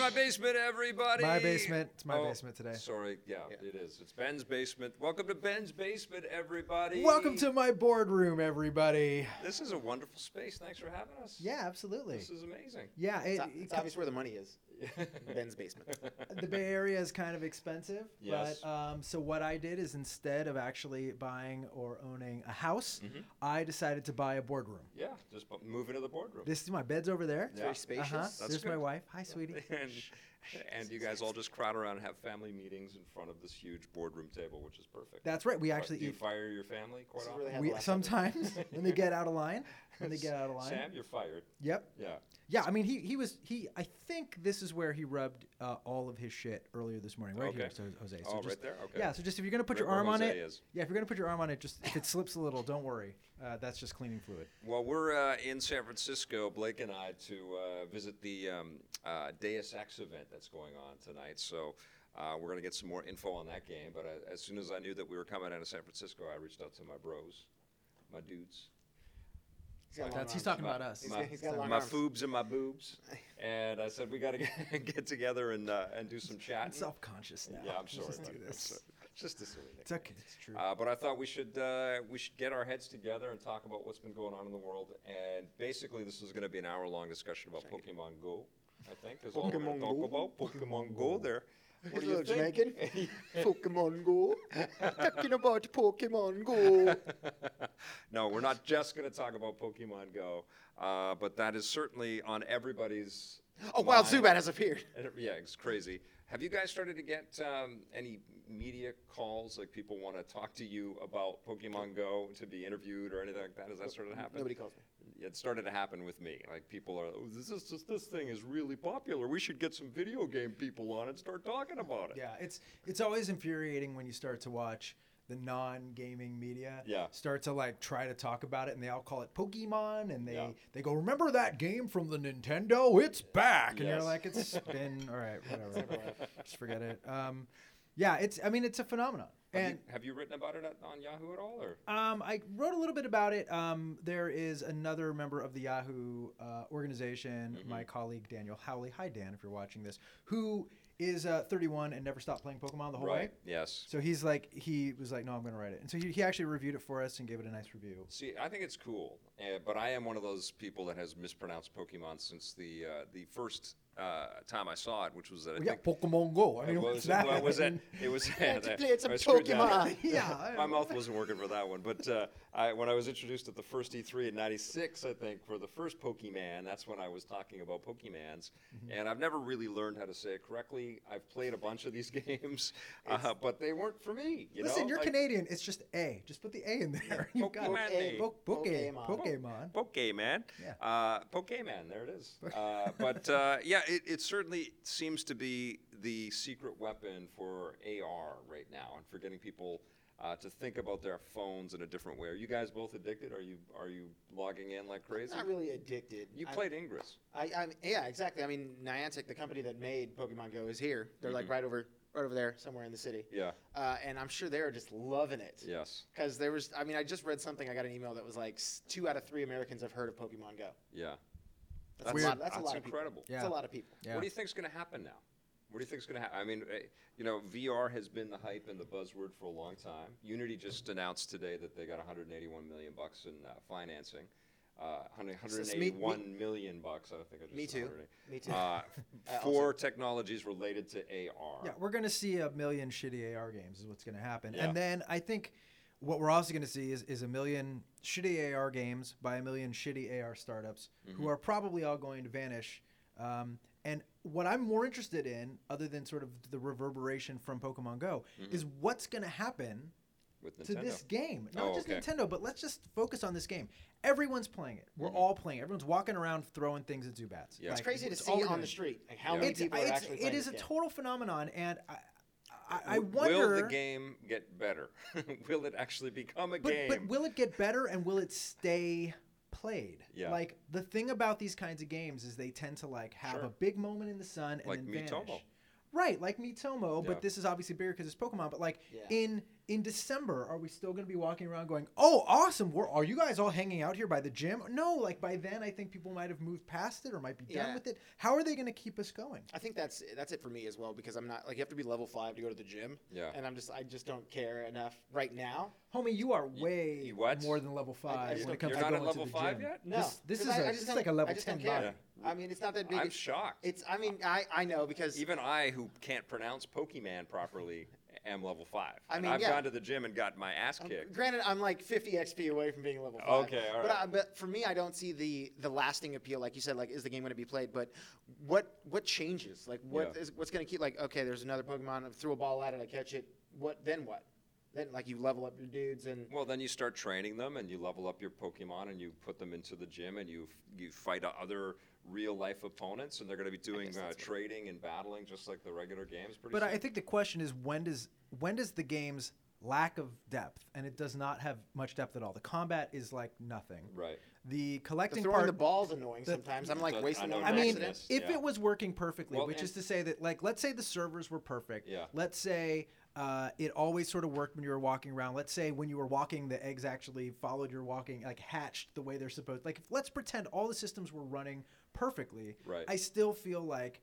my basement, everybody. My basement. It's my Oh, basement today. Sorry, yeah, Yeah. it is. It's Ben's basement. Welcome to Ben's basement, everybody. Welcome to my boardroom, everybody. This is a wonderful space. Thanks for having us. Yeah, absolutely. This is amazing. Yeah, it, It's, it it's co- obvious where the money is. Ben's basement. the Bay Area is kind of expensive. Yes. But um, so what I did is instead of actually buying or owning a house, Mm-hmm. I decided to buy a boardroom. Yeah, just bu- move into the boardroom. This is my bed's over there. Yeah. Very spacious. Uh-huh. That's There's my good. wife. Hi, sweetie. and, and you guys all just crowd around and have family meetings in front of this huge boardroom table, which is perfect. That's right. We actually Do you eat. fire your family quite This is often? where they have We the laptop. sometimes when they get out of line, when they get out of line. Sam, you're fired. Yep. Yeah. Yeah, I mean, he he was he. I think this is where he rubbed uh, all of his shit earlier this morning, right here, Okay. so, Jose. So Oh, just, right there? Okay. Yeah, so just if you're gonna put Right your where arm on Jose it, is. yeah, if you're gonna put your arm on it, just if it slips a little, don't worry. Uh, that's just cleaning fluid. Well, we're uh, in San Francisco, Blake and I, to uh, visit the um, uh, Deus Ex event that's going on tonight. So uh, we're going to get some more info on that game. But uh, as soon as I knew that we were coming out of San Francisco, I reached out to my bros, my dudes, He's got long That's- he's arms. talking my, about us. He's My, got- he's got long my arms. foobs and my boobs. And I said, we got to get together and, uh, and do some I'm chatting. self-conscious now. yeah, I'm sorry. Just buddy. do I'm this. sorry. Just a silly It's okay. It's true. uh, but I thought we should uh, we should get our heads together and talk about what's been going on in the world. And basically, this is going to be an hour long discussion about Pokemon Go. I think is all we're going Pokemon to talk Go? about. Pokemon Go. There. What He's do a you little think? Jamaican. Pokemon Go. Talking about Pokemon Go. no, we're not just going to talk about Pokemon Go, uh, but that is certainly on everybody's. Oh, Wild mind. Zubat has appeared. And it- Yeah, it's crazy. Have you guys started to get um, any media calls? Like people want to talk to you about Pokemon Go to be interviewed or anything like that? Has that started to happen? Nobody calls me. It started to happen with me. Like people are, oh, this is just, this thing is really popular. We should get some video game people on and start talking about it. Yeah, it's it's always infuriating when you start to watch the non-gaming media Yeah. start to like try to talk about it and they all call it Pokemon and they Yeah. they go remember that game from the Nintendo it's back and you're Yes. like it's been all right whatever just forget it um yeah it's I mean it's a phenomenon Have, and you, have you written about it at, on Yahoo at all? Or um, I wrote a little bit about it. Um, there is another member of the Yahoo uh, organization, Mm-hmm. my colleague Daniel Howley. Hi, Dan, if you're watching this, who is uh, 31 and never stopped playing Pokemon the whole way. right? Yes. So he's like, he was like, no, I'm going to write it. And so he, he actually reviewed it for us and gave it a nice review. See, I think it's cool, uh, but I am one of those people that has mispronounced Pokemon since the uh, the first uh, time I saw it, which was that I yeah, think Pokemon Go. I It mean, was, what's that? well, it was I that? mean, It was had to that- play some I screwed that up. Pokemon. Yeah, I my don't mouth wasn't working for that one. But uh, I, when I was introduced at the first E3 in '96, I think for the first Pokemon, that's when I was talking about Pokemons, and I've never really learned how to say it correctly. I've played a bunch of these games, uh, but they weren't for me. You Listen, know? you're Like, Canadian. It's just A. Just put the A in there. You've got Pokemon. it. Po- Poke- Pokemon. Pokemon. Pokemon. Yeah. Uh, Pokemon, there it is. Uh, but uh, yeah, it, it certainly seems to be the secret weapon for AR right now and for getting people uh, to think about their phones in a different way. Are you guys both addicted? Are you are you logging in like crazy? Not really addicted. You I- played Ingress. I, I, yeah, exactly. I mean, Niantic, the company that made Pokemon Go, is here. They're like right over, right over there, somewhere in the city. Mm-hmm. Yeah. Uh, and I'm sure they're just loving it. Yes. Because there was, I mean, I just read something. I got an email that was like s- two out of three Americans have heard of Pokemon Go. Yeah. That's Weird. a lot. That's, a That's lot incredible. of people. That's Yeah. a lot of people. Yeah. What do you think's going to happen now? What do you think's going to happen? I mean, eh, you know, VR has been the hype and the buzzword for a long time. Unity just announced today that they got 181 million bucks in uh, financing. Uh, hun- So it's me- 181 million bucks, I think. I just Me said too. 180. Me too. Uh, also- for technologies related to AR. Yeah, we're gonna see a million shitty AR games is what's gonna happen, Yeah. and then I think what we're also gonna see is is a million shitty AR games by a million shitty AR startups Mm-hmm. who are probably all going to vanish. Um, and what I'm more interested in, other than sort of the reverberation from Pokemon Go, is what's gonna happen With to Mm-hmm. Nintendo. this game. Not Oh, just okay. Nintendo, but let's just focus on this game. Everyone's playing it. We're all playing. it. Everyone's walking around throwing things at Zubats. Mm-hmm. Yeah. It's crazy to it's all see we're on doing. the street like how Yeah. many It's, people are it's- actually playing it is this a game. total phenomenon, and I, I, I W- wonder. Will the game get better? will it actually become a But, game? but will it get better and will it stay played? Yeah. Like the thing about these kinds of games is they tend to like have Sure. a big moment in the sun and Like then Miitomo. vanish. Right, like Miitomo, Yeah. but this is obviously bigger because it's Pokemon. But like Yeah. in in December, are we still going to be walking around going, "Oh, awesome! We're, are you guys all hanging out here by the gym?" No, like by then, I think people might have moved past it or might be done Yeah. with it. How are they going to keep us going? I think that's that's it for me as well because I'm not like you have to be level five to go to the gym. Yeah. And I'm just I just don't care enough right now. Homie, you are way you what? more than level I five just when it comes don't- You're to not going at level to the five gym. yet? No, This- this 'cause is I- a- I this is just don't- like a level I just 10 don't care. body. I mean, it's not that big. I'm shocked. It's I mean I I know because Even I, who can't pronounce Pokemon properly, am level five. I And mean, I've yeah. gone to the gym and got my ass Um, kicked. Granted, I'm like 50 XP away from being level five. Okay, all but, right. I, but for me, I don't see the the lasting appeal. Like you said, like is the game going to be played? But what what changes? Like what is Yeah. what's going to keep? Like okay, there's another Pokemon. I threw a ball at it. I catch it. What then? What then? Like you level up your dudes and Well, then you start training them, and you level up your Pokemon, and you put them into the gym, and you you fight o- other real life opponents, and they're going to be doing guess uh, that's what- trading and battling just like the regular games. Pretty But soon. I I think the question is when does when does the game's lack of depth and it does not have much depth at all. The combat is like nothing. right. The the collecting throwing part the ball's annoying the- sometimes. I'm like The- I wasting know them on I mean, Accident. accident. if Yeah. it was working perfectly, Well, which and- is to say that, like, let's say the servers were perfect. Yeah. Let's say uh, it always sort of worked when you were walking around. Let's say when you were walking, the eggs actually followed your walking, like hatched the way they're supposed. Like, let's pretend all the systems were running perfectly. Right. I still feel like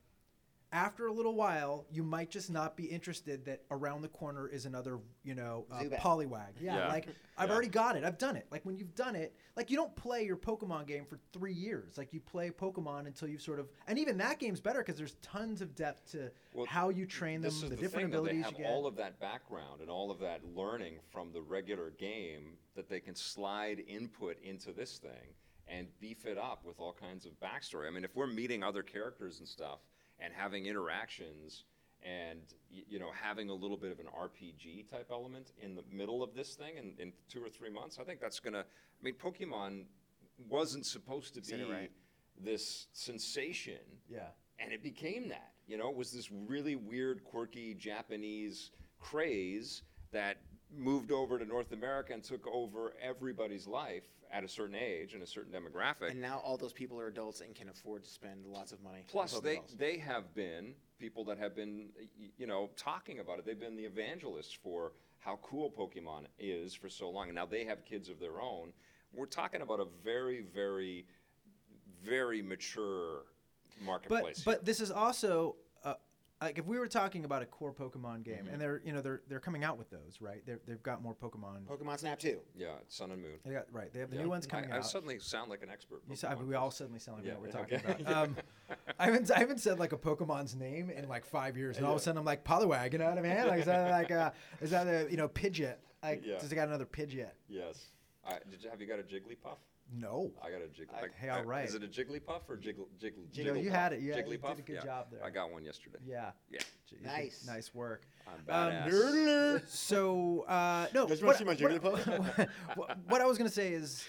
after a little while, you might just not be interested that around the corner is another, you know, uh, Zubat. polywag. Yeah, Yeah. like I've Yeah. already got it. I've done it. Like when you've done it, like you don't play your Pokemon game for three years. Like you play Pokemon until you sort of, and even that game's better because there's tons of depth to Well, how you train them, This the, is the, different thing, though, abilities they have you get. all of that background and all of that learning from the regular game that they can slide input into this thing and beef it up with all kinds of backstory. I mean, if we're meeting other characters and stuff and having interactions and y- you know having a little bit of an RPG type element in the middle of this thing in, in two or three months, I think that's gonna. I mean, Pokemon wasn't supposed to said be it right. this sensation yeah. and it became that. You know, it was this really weird, quirky Japanese craze that moved over to North America and took over everybody's life at a certain age and a certain demographic. And now all those people are adults and can afford to spend lots of money. on Plus, they, Pokeballs. they have been people that have been, y- you know, talking about it. They've been the evangelists for how cool Pokemon is for so long. And now they have kids of their own. We're talking about a very, very, very mature But marketplace. here. but this is also uh, like if we were talking about a core Pokemon Mm-hmm. game, and they're you know they're they're coming out with those right. They're, they've got more Pokemon. Pokemon Snap too. yeah, Sun and Moon. They got right. They have the Oh. Yeah. new ones coming I, out. I suddenly sound like an expert. You said, I mean, Pokemon we all person. suddenly sound like we Yeah, know what yeah, we're talking okay. about. Um, I haven't I haven't said like a Pokemon's name in like five years, and all of a sudden I'm like Poliwag. You know what I mean? Like is that like uh, is that a you know Pidgeot? Like Yeah. does it got another Pidgeot? Yes. I, did you, have you got a Jigglypuff? No. I got a Jigglypuff. hey, all right. Is it a Jigglypuff or Jiggle? Jiggle, No, you Jigglypuff? had it. You, had, you Jigglypuff? did a good Yeah. job there. I got one yesterday. Yeah. Yeah. Gee, you did- Nice. Nice work. I'm Um, badass. so uh, no. Guys, wanna what, see my what, what, what I was gonna say is,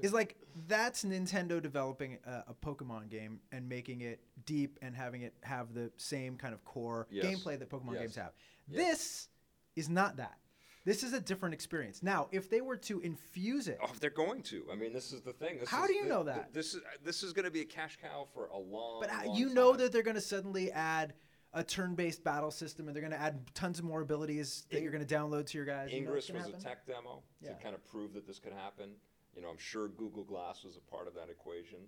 is like that's Nintendo developing a, a Pokemon game and making it deep and having it have the same kind of core Yes. gameplay that Pokemon Yes. games have. Yes. This is not that. This is a different experience. Now, if they were to infuse it, Oh, they're going to. I mean, this is the thing. This How is do you the- know the- that? This is this is going to be a cash cow for a long. But how- long you know time. that they're going to suddenly add a turn-based battle system, and they're going to add tons of more abilities that In- you're going to download to your guys. You know what's Ingress gonna was a tech happen? demo Yeah. to kind of prove that this could happen. You know, I'm sure Google Glass was a part of that equation,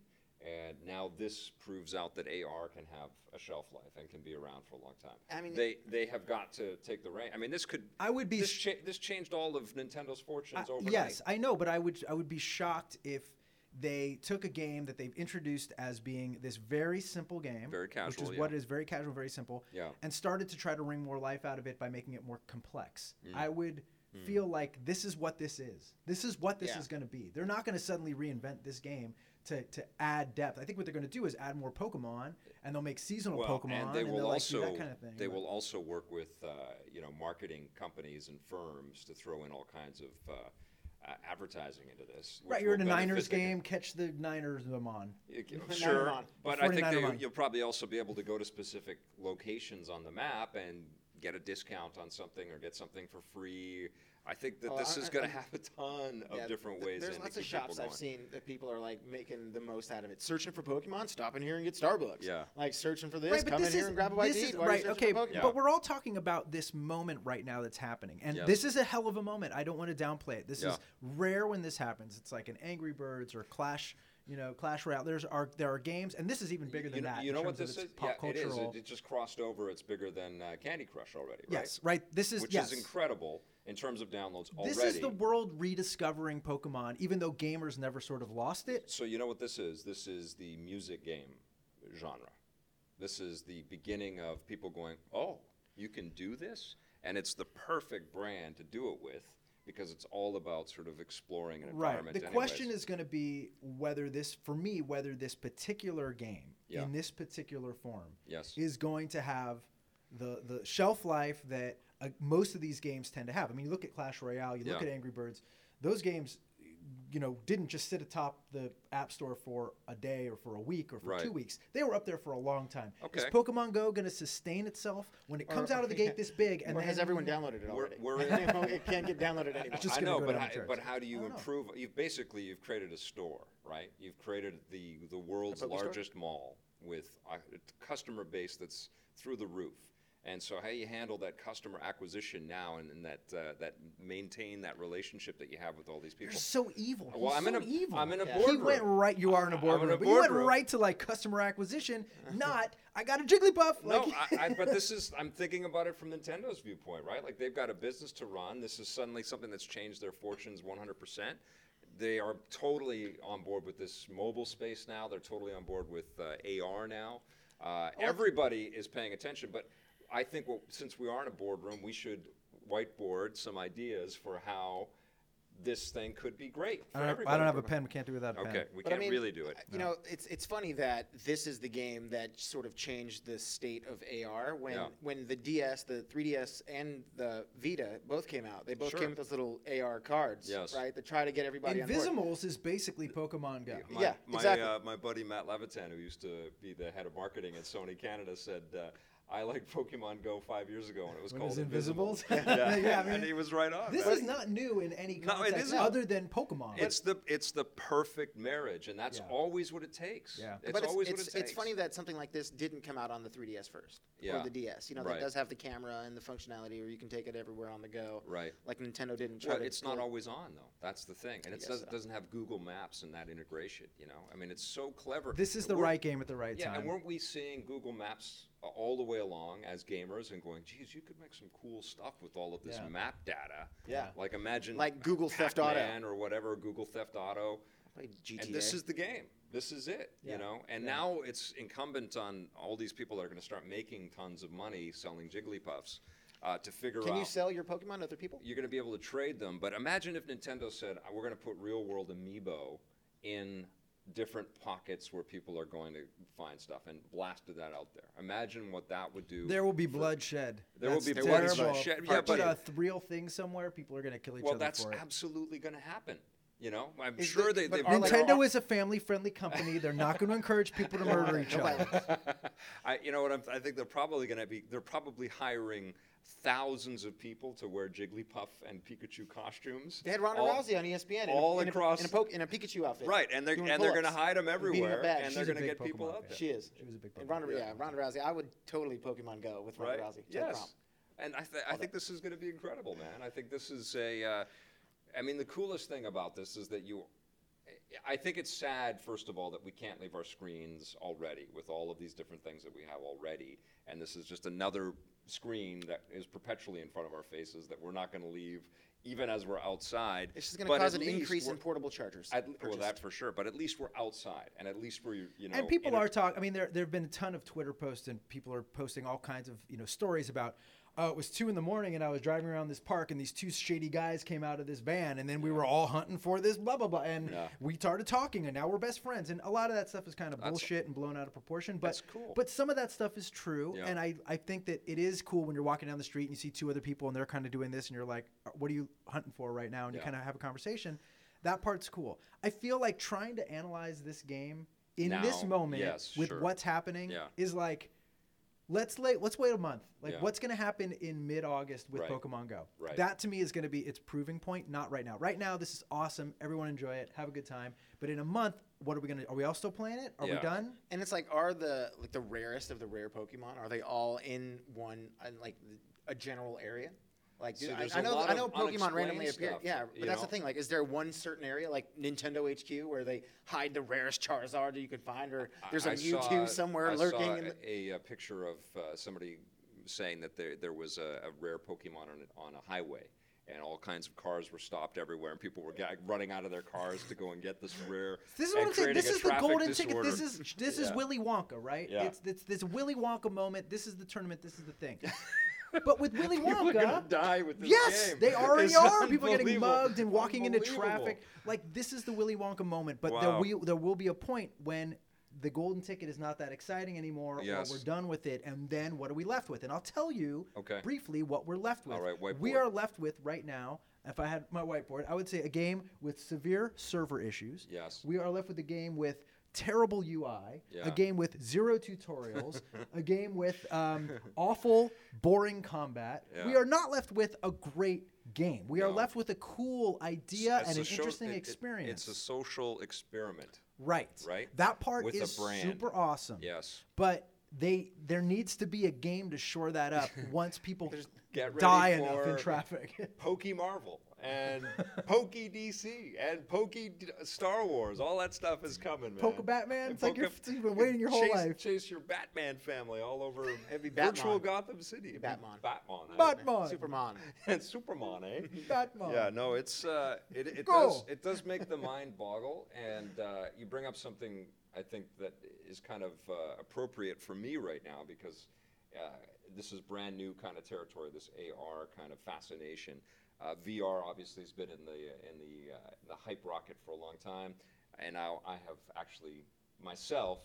and now this proves out that AR can have a shelf life and can be around for a long time. I mean- they they have got to take the rein. I mean, this could. I would be this, sh- cha- this changed all of Nintendo's fortunes I- overnight. Uh, Yes, I know, but I would I would be shocked if they took a game that they've introduced as being this very simple game, Very which casual, is what yeah. it is, very casual, very simple, Yeah. and started to try to wring more life out of it by making it more complex. Mm. I would feel like this is what this is. This is what this Yeah. is going to be. They're not going to suddenly reinvent this game. To, to add depth, I think what they're going to do is add more Pokemon, and they'll make seasonal Well, Pokemon, and they will they'll like, also do that kind of thing. they but- will also work with uh, you know marketing companies and firms to throw in all kinds of uh, uh, advertising into this. which right. You're will in a benefit Niners the game, catch the Niners Pokemon. You c- Put nine Sure, on. but Put I think 49 they, on. you'll probably also be able to go to specific locations on the map and get a discount on something or get something for free. I I think that Oh, this I- is I- going to I'm- have a ton of Yeah, different th- ways. There's in lots to of keep people shops I've going. seen that people are like making the most out of it. Searching for Pokemon, stopping here and get Starbucks. Yeah. Like searching for this, right, but come this in here is, and grab a bite this to is- eat while you're right. searching Okay, for Pokemon. Yeah. but we're all talking about this moment right now that's happening, and Yes. this is a hell of a moment. I don't want to downplay it. This Yeah. is rare when this happens. It's like an Angry Birds or Clash, you know, Clash Royale. There's are there are games, and this is even bigger you than know, that. You in know what terms of this its is? Pop yeah, it is. cultural- It, it just crossed over. It's bigger than uh, Candy Crush already, right? Yes, right. This is Which yes. is incredible in terms of downloads already. This is the world rediscovering Pokemon, even though gamers never sort of lost it. So you know what this is? This is the music game genre. This is the beginning of people going, "Oh, you can do this," and it's the perfect brand to do it with because it's all about sort of exploring an Right. environment. The question is going to be whether this, for me, whether this particular game Yeah. in this particular form Yes. is going to have the the shelf life that uh, most of these games tend to have. I mean, you look at Clash Royale, you look Yeah. at Angry Birds; those games, you know, didn't just sit atop the App Store for a day or for a week or for Right. two weeks. They were up there for a long time. Is Okay. Pokemon Go going to sustain itself when it Or- comes out of the yeah. gate this big? And or then has everyone downloaded it We're- already? we're- it can't get downloaded anymore. Just I gonna know, go but down how, the charts. but how do I you don't know. improve? You've basically you've created a store, right? You've created the the world's Poke store? largest mall with a a customer base that's through the roof. And so, how you handle that customer acquisition now, and, and that uh, that maintain that relationship that you have with all these people. You're so evil. Well, He's I'm so in a- evil. I'm in a He boardroom. went right. You are in a I'm in a boardroom. but you went boardroom. right to like customer acquisition. Not I got a Jigglypuff. No, Like, I, I, but this is I'm thinking about it from Nintendo's viewpoint, right? Like they've got a business to run. This is suddenly something that's changed their fortunes 100. percent They are totally on board with this mobile space now. They're totally on board with uh, AR now. Oh, Uh, everybody is paying attention, but I think what, since we are in a boardroom, we should whiteboard some ideas for how this thing could be great for I don't, everybody. I don't have a pen. We can't do without a pen. Okay, we But can't I mean, really do it. uh, You know, it's it's funny that this is the game that sort of changed the state of AR when Yeah. when the DS, the 3DS, and the Vita both came out. They both Sure. came with those little AR cards, Yes. right? To try to get everybody on board. Invisimals is basically Pokemon Go. My, Yeah, my, exactly. uh, my buddy Matt Levitan, who used to be the head of marketing at Sony Canada, said, uh, "I liked Pokemon Go five years ago, and it was When it called was Invisibles? yeah, Yeah, I mean, and he was right on. This man. is not new in any No, it context isn't. other than Pokemon. It's the it's the perfect marriage, and that's Yeah. always what it takes. Yeah. it's but it's, always it's, what it takes. it's funny that something like this didn't come out on the 3DS first Yeah. or the DS. You know, Right. that does have the camera and the functionality where you can take it everywhere on the go. Right. Like Nintendo didn't try Well, to it's not go- always on though. That's the thing, and it guess doesn't, so. doesn't have Google Maps and that integration. You know, I mean, it's so clever. this is And the we're- right game at the right Yeah, time. and weren't we seeing Google Maps a- all the way along as gamers and going, geez, you could make some cool stuff with all of this Yeah. map data. Yeah. Like imagine Like Google Theft Auto. Pac-Man or whatever, Google Theft Auto. Like GTA. And this is the game. This is it, you Yeah. know. And now it's incumbent on all these people that are going to start making tons of money selling Jigglypuffs uh, to figure can out you sell your Pokemon to other people? you're going to be able to trade them. But imagine if Nintendo said, "Uh, we're going to put real world amiibo in different pockets where people are going to find stuff and blasted that out there. Imagine what that would do. there will be bloodshed. There will That's be terrible. bloodshed. If Yeah, you but- put a th- real thing somewhere. People are going to kill each well, other that's for it. absolutely going to happen. You know, I'm Is sure the- they. but they've are already- like- Nintendo is a family-friendly company. They're not going to encourage people to murder each No other. violence. I, you know what? I'm, I think they're probably going to be. They're probably hiring thousands of people to wear Jigglypuff and Pikachu costumes. They had Ronda All- Rousey on E ESPN. in a- all in a, across- in a, po- in a Pikachu outfit. Right, and they're doing and they're going to pull-ups hide them and beating everywhere, bag. and She's they're a going to big get people Pokemon up fan. there. She is. She was a big And Pokemon Ronda, fan. yeah, Ronda Rousey. I would totally Pokemon Go with Ronda right? Rousey. Take Yes. prom. And I, th- I think this is going to be incredible, man. I think this is a. Uh, I mean, the coolest thing about this is that you. I think it's sad, first of all, that we can't leave our screens already with all of these different things that we have already. And this is just another screen that is perpetually in front of our faces that we're not going to leave even as we're outside. It's just going to But cause at an least increase in we're- portable chargers. at, well, purchased. that for sure. But at least we're outside, and at least we're you know. and people inter- are talking. I mean, there there have been a ton of Twitter posts, and people are posting all kinds of you know stories about. Oh, it was two in the morning, and I was driving around this park, and these two shady guys came out of this van, and then we were all hunting for this blah blah blah, and Yeah. we started talking, and now we're best friends. And a lot of that stuff is kind of bullshit and blown out of proportion. But that's cool. but some of that stuff is true, Yeah. and I I think that it is cool when you're walking down the street and you see two other people, and they're kind of doing this, and you're like, "Uh, what are you hunting for right now? And you Yeah. kind of have a conversation. That part's cool. I feel like trying to analyze this game in this Now, moment yes, with sure. what's happening Yeah. is like let's wait. Let's wait a month. Like, Yeah. what's going to happen in mid-August with Right. Pokemon Go? Right. That to me is going to be its proving point. Not right now. Right now, this is awesome. Everyone enjoy it. Have a good time. But in a month, what are we going to? Are we all still playing it? Are we Yeah. done? And it's like, are the like the rarest of the rare Pokemon? Are they all in one in like a general area? Like, See, dude, I, there's I a know lot I know of Pokemon randomly unexplained appear. stuff, yeah, you but that's know? the thing. Like, is there one certain area like Nintendo HQ where they hide the rarest Charizard that you can find, or I- there's a I Mewtwo saw- somewhere I lurking? Saw in the, a, a picture of uh, somebody saying that there there was a, a rare Pokemon on a, on a highway, and all kinds of cars were stopped everywhere, and people were ga- running out of their cars to go and get this rare. This is and what I'm saying. creating This a is the traffic golden ticket. disorder. This is this is Yeah. Willy Wonka, right? Yeah. It's, it's this Willy Wonka moment. This is the tournament. This is the thing. but with Willy People are gonna Wonka, die with this yes, game. they already It's are. People are getting unbelievable. mugged and walking into Unbelievable. traffic. Like this is the Willy Wonka moment. But there Wow. will there will be a point when the golden ticket is not that exciting anymore, Yes. or we're done with it, and then what are we left with? And I'll tell you Okay. briefly what we're left with. All right, we whiteboard. are left with right now. If I had my whiteboard, I would say a game with severe server issues. Yes. We are left with a game with terrible UI, Yeah. a game with zero tutorials, a game with um, awful, boring combat. We Yeah. are not left with a great game. We are No. left with a cool idea It's and a an show- interesting it- it- It's experience. a social experiment. right. right? That part With a is brand. super awesome. Yes. But they there needs to be a game to shore that up once people Get ready die enough in for- traffic. Pokey Marvel and Pokey DC and Pokey D- Star Wars. All that stuff is coming, man. Poke Batman? It's like you're- Poke- you've been waiting your whole chase, life. Chase your Batman family all over It'd be virtual Batmon. Gotham City. It'd be Batmon. Batmon. eh? Batman. Supermon. and Superman, eh? Batman. Yeah, no, it's uh, it, it Go. does it does make the mind boggle, and uh, you bring up something I think that is kind of uh, appropriate for me right now because uh, this is brand new kind of territory. This AR kind of fascination, uh, VR obviously has been in the in the uh, the hype rocket for a long time, and now I have actually myself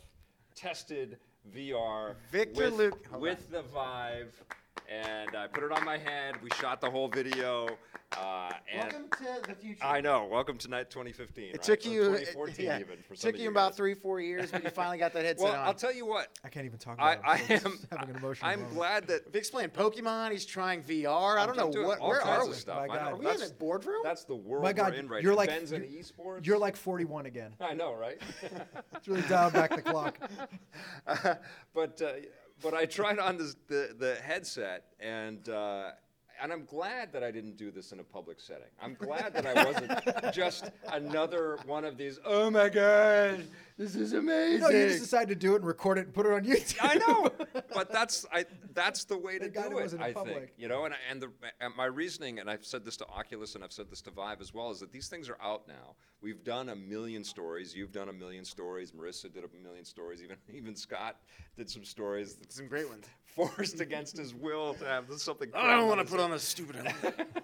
tested VR Victor with, Luke- hold with the Vive. And I put it on my head. We shot the whole video. Uh, and Welcome to the future. I know. Welcome to night 2015. Uh, It right? took Or you. it- 2014 yeah, even for some took of you you about guys. three, four years, but you finally got that headset Well, on. I'll tell you what. I can't even talk I, about I it. I'm am. just having an emotional I'm moment. glad that. Vic's playing Pokemon. He's trying VR. I don't know I'm doing what. all Where kinds are of we? Stuff. My I God. know. Are we in that's, a boardroom? That's the world My God, we're in right you're now. like- Ben's in you're- esports. You're like 41 again. I know, right? It's really dialed back the clock. but uh, but I tried on this, the the headset and. Uh, and I'm glad that I didn't do this in a public setting. I'm glad that I wasn't just another one of these. Oh my God, this is amazing! No, you just decided to do it and record it and put it on YouTube. I know, but that's I, that's the way to Thank God do it it. wasn't in I think public. you know, and I- and the and my reasoning, and I've said this to Oculus, and I've said this to Vive as well, is that these things are out now. We've done a million stories. You've done a million stories. Marissa did a million stories. Even even Scott did some stories. Some great ones. Forced against his will to have this something. wanna to on a stupid.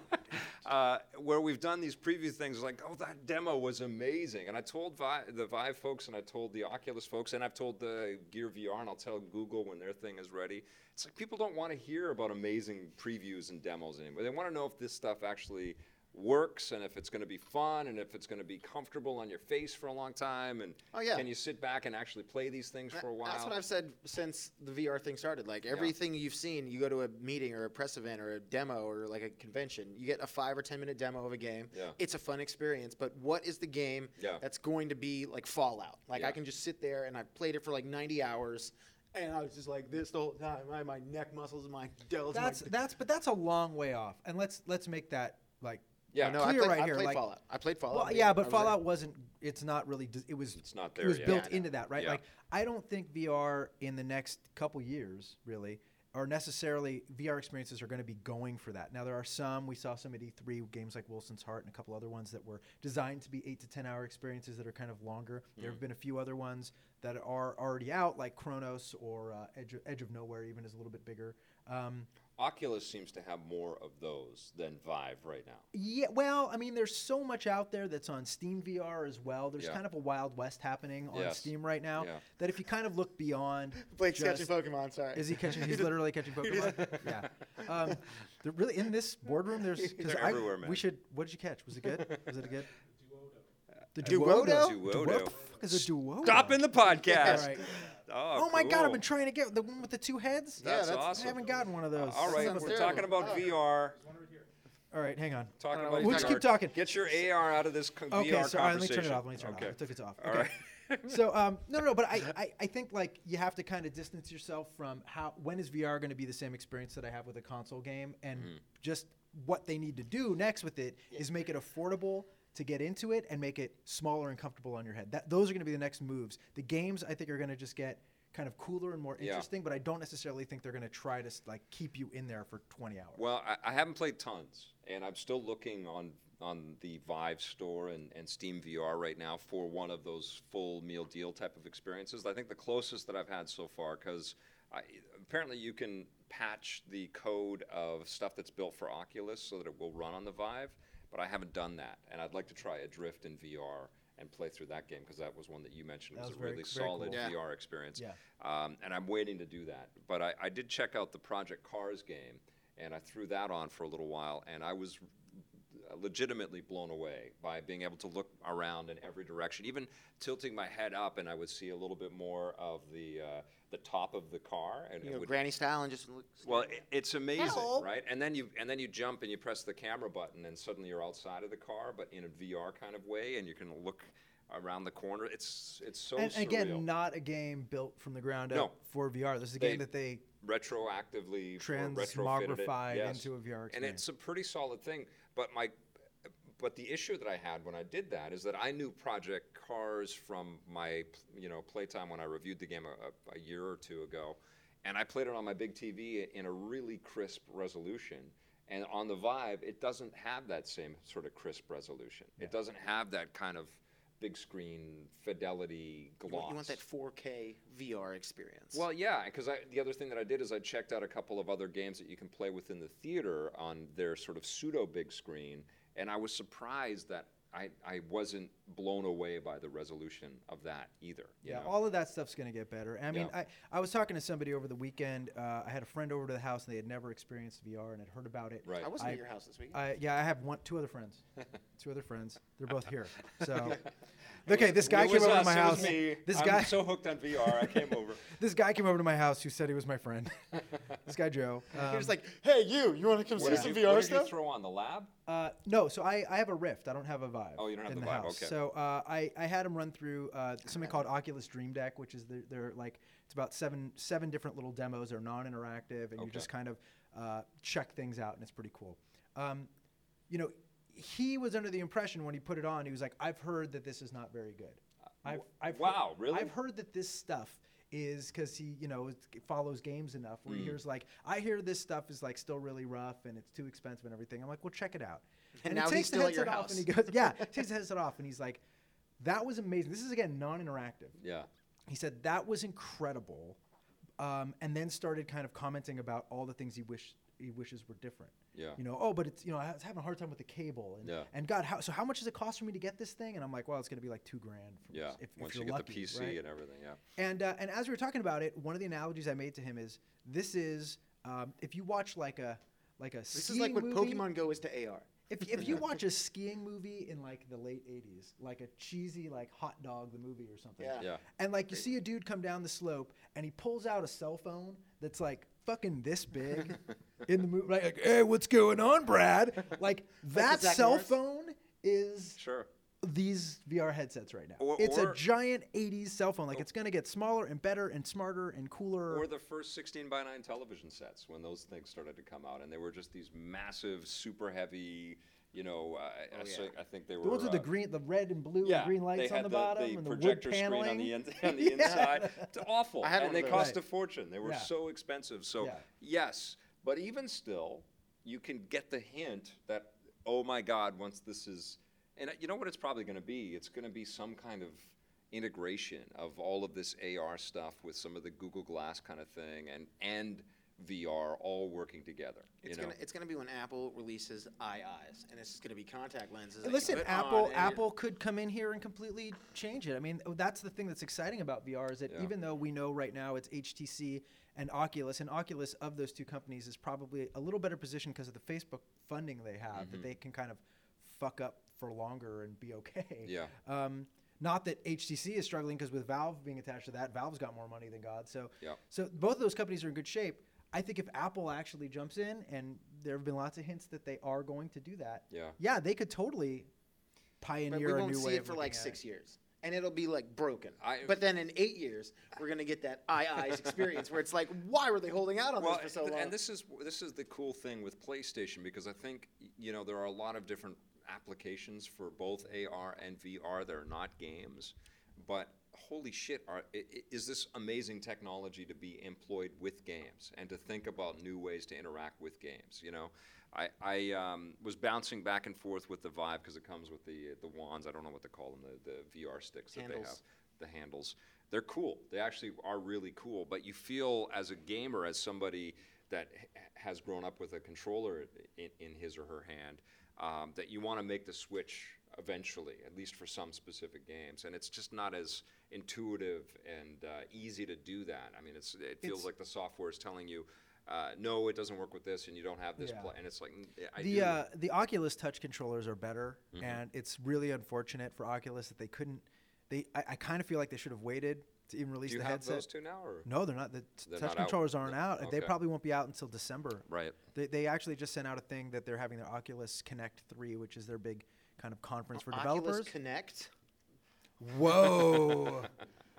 uh, where we've done these preview things like, oh, that demo was amazing. And I told Vi- the Vive folks and I told the Oculus folks and I've told the Gear VR and I'll tell Google when their thing is ready. It's like people don't want to hear about amazing previews and demos anymore. They want to know if this stuff actually works and if it's going to be fun and if it's going to be comfortable on your face for a long time and Oh, yeah. can you sit back and actually play these things for a while. That's what I've said since the VR thing started. Like everything you've seen, you go to a meeting or a press event or a demo or like a convention, you get a five or ten minute demo of a game. Yeah. It's a fun experience, but what is the game Yeah. that's going to be like Fallout? Like I Yeah. can just sit there and I've played it for like ninety hours, and I was just like this the whole time. I, my neck muscles, my delts. That's my, that's but that's a long way off. And let's let's make that like yeah, no, I clear played, right I here, played like- Fallout. I played Fallout. Well, dude. yeah, I but was like- Fallout wasn't. It's not really. d- It was. It's not It there was yet. built Yeah, I know. into that, right? Yeah. Like, I don't think VR in the next couple years really are necessarily VR experiences are going to be going for that. Now there are some. We saw some at E3 games like Wilson's Heart and a couple other ones that were designed to be eight to ten hour experiences that are kind of longer. There Mm. have been a few other ones that are already out, like Chronos or uh, Edge, of, Edge of Nowhere, even is a little bit bigger. Um, Oculus seems to have more of those than Vive right now. Yeah, well, I mean, there's so much out there that's on Steam VR as well. There's Yeah. kind of a wild west happening on Yes. Steam right now. Yeah. That if you kind of look beyond, Blake's just- catching Pokemon. Sorry. is he catching? He's literally catching Pokemon. yeah, um, they're really in this boardroom. There's because They're everywhere, man. we should. What did you catch? Was it good? Was it good? The Duodo? Duodo. Duodo? What the fuck is a Duodo? Stop in the podcast. All right. Oh, Oh, my god, I've cool. been trying to get the one with the two heads. Yeah, That's that's- I awesome. I haven't gotten one of those. All This right, is on the we're third talking one. about Oh. VR. All right, hang on. Talking know about what We'll he's just VR. keep talking. Get your AR out of this co- Okay, VR so all right, let me turn it conversation. off. Let me turn okay. it off. I took it off. All okay. right. so um, no, no, but I, I, I think like you have to kind of distance yourself from how when is VR going to be the same experience that I have with a console game, and Mm-hmm. just what they need to do next with it is make it affordable to get into it and make it smaller and comfortable on your head. That those are going to be the next moves. The games I think are going to just get kind of cooler and more Yeah. interesting, but I don't necessarily think they're going to try to s- like keep you in there for 20 hours. Well, I, I haven't played tons, and I'm still looking on on the Vive store and, and Steam VR right now for one of those full meal deal type of experiences. I think the closest that I've had so far, because apparently you can patch the code of stuff that's built for Oculus so that it will run on the Vive, but I haven't done that, and I'd like to try Adrift in VR and play through that game because that was one that you mentioned That was, was a very- really very solid cool. Yeah. VR experience. Yeah. Um, and I'm waiting to do that. But I, I did check out the Project Cars game, and I threw that on for a little while, and I was legitimately blown away by being able to look around in every direction, even tilting my head up, and I would see a little bit more of the uh, the top of the car, and You it know, would granny style and just look. well, it, it's amazing, Hello. right? And then you and then you jump and you press the camera button, and suddenly you're outside of the car, but in a VR kind of way, and you can look around the corner. It's it's so and surreal. again, not a game built from the ground up No. for VR. This is a They- game that they retroactively or retrofitted it. transmogrified Yes. into a VR experience. and it's a pretty solid thing. But my, but the issue that I had when I did that is that I knew Project Cars from my you know playtime when I reviewed the game a, a, a year or two ago, and I played it on my big TV in a really crisp resolution. And on the Vive, it doesn't have that same sort of crisp resolution. It doesn't have that kind of big screen fidelity gloss. You want, you want that 4K VR experience. Well, yeah, because the other thing that I did is I checked out a couple of other games that you can play within the theater on their sort of pseudo big screen, and I was surprised that I, I wasn't blown away by the resolution of that either. you yeah, know? all of that stuff's going to get better. I mean, Yeah. I, I was talking to somebody over the weekend. Uh, I had a friend over to the house, and they had never experienced VR and had heard about it. right. I wasn't I- at your house this weekend. I, yeah, I have one, two other friends, two other friends. They're both here. So, okay, this guy came over to my house. This I'm guy, so hooked on VR, I came over. this guy came over to my house who said he was my friend. this guy Joe. he Um, was like, "Hey, you, you want to come What see did, some you, what VR did you stuff?" throw on the lab? Uh, no, so I, I have a Rift. I don't have a Vive. Oh, you don't have in the the, Vive, House. okay. So uh, I, I had him run through uh, something called Oculus Dream Deck, which is their, their like it's about seven seven different little demos. They're non-interactive, and Okay. you just kind of uh, check things out, and it's pretty cool. Um, you know, he was under the impression when he put it on, he was like, "I've heard that this is not very good." I've, Uh, I've heard- wow, really? I've heard that this stuff is because he, you know, it follows games enough where he hears like, I hear this stuff is like still really rough and it's too expensive and everything. I'm like, well, check it out. And he now he's takes the still at your headset off And he goes, yeah, he takes the headset off and he's like, that was amazing. This is again non-interactive. Yeah. He said that was incredible, um, and then started kind of commenting about all the things he wish he wishes were different. Yeah. You know, oh, but it's you know I was having a hard time with the cable, and Yeah. and God, how so? How much does it cost for me to get this thing? And I'm like, well, it's going to be like two grand. From Yeah. this- if, if Once you're you get lucky, the PC right? and everything, yeah. And uh, and as we were talking about it, one of the analogies I made to him is this is um, if you watch like a like a This is like what movie, Pokemon Go is to AR. If, if you watch a skiing movie in like the late '80s, like a cheesy like Hot Dog the movie or something, Yeah. Yeah. and like you see a dude come down the slope and he pulls out a cell phone that's like fucking this big in the movie, like, like, hey, what's going on, Brad? Like that Zach cell Morris? phone is Sure. these VR headsets right now. Or- it's or- a giant 80s cell phone. Like it's going to get smaller and better and smarter and cooler. Or the first 16 by 9 television sets when those things started to come out, and they were just these massive, super heavy. You know, uh, I- I, yeah. say- I think they were. the ones with the uh, green, the red and blue, yeah, and green they lights on had the, bottom, the and the wood projector screen paneling. on the, in, on the Yeah. inside. It's awful, I had and one they of cost those. a fortune. They were Yeah. so expensive. So Yeah. yes, but even still, you can get the hint that oh my God, once this is, and you know what it's probably going to be. It's going to be some kind of integration of all of this AR stuff with some of the Google Glass kind of thing, and and VR all working together. It's you know, gonna it's gonna be when Apple releases IIs, and it's just gonna be contact lenses. that you Listen, put on Apple and- Apple could come in here and completely change it. I mean, oh, that's the thing that's exciting about VR is that Yeah. even though we know right now it's HTC and Oculus, and Oculus of those two companies is probably a little better positioned because of the Facebook Mm-hmm. funding they have that they can kind of fuck up for longer and be okay. Yeah. Um, Not that HTC is struggling because with Valve being attached to that, Valve's got more money than God. So, Yep. so both of those companies are in good shape. I think if Apple actually jumps in, and there have been lots of hints that they are going to do that, Yeah. yeah, they could totally pioneer But we a won't new see way it of for looking like at it. six years, and it'll be like broken. I- but then in eight years, we're gonna get that I eyes experience where it's like, why were they holding out on well, this for so th- long? and this is this is the cool thing with PlayStation because I think y- you know there are a lot of different applications for both AR and VR that are not games, but holy shit, are, i- i- is this amazing technology to be employed with games and to think about new ways to interact with games? You know, I, I um, was bouncing back and forth with the Vive because it comes with the the wands. I don't know what they call them, the, the VR sticks that they Handles. have the handles. They're cool. They actually are really cool. But you feel as a gamer, as somebody that h- has grown up with a controller in, in his or her hand, um, that you want to make the switch eventually, at least for some specific games. And it's just not as intuitive and uh, easy to do that. I mean, it's it feels It's- like the software is telling you. Uh, no, it doesn't work with this, and you don't have this. Yeah. Pl-. And it's like "N- I the do." Mm-hmm. Uh, the Oculus Touch controllers are better, and it's really unfortunate for Oculus that they couldn't. They I, I kind of feel like they should have waited to even release do you the have headset. those two now? Or? No, they're not. The t- They're not touch out. controllers aren't No, out. They okay. probably won't be out until December. Right. They, they actually just sent out a thing that they're having their Oculus Connect 3, which is their big kind of conference for developers. Oculus Connect. Whoa.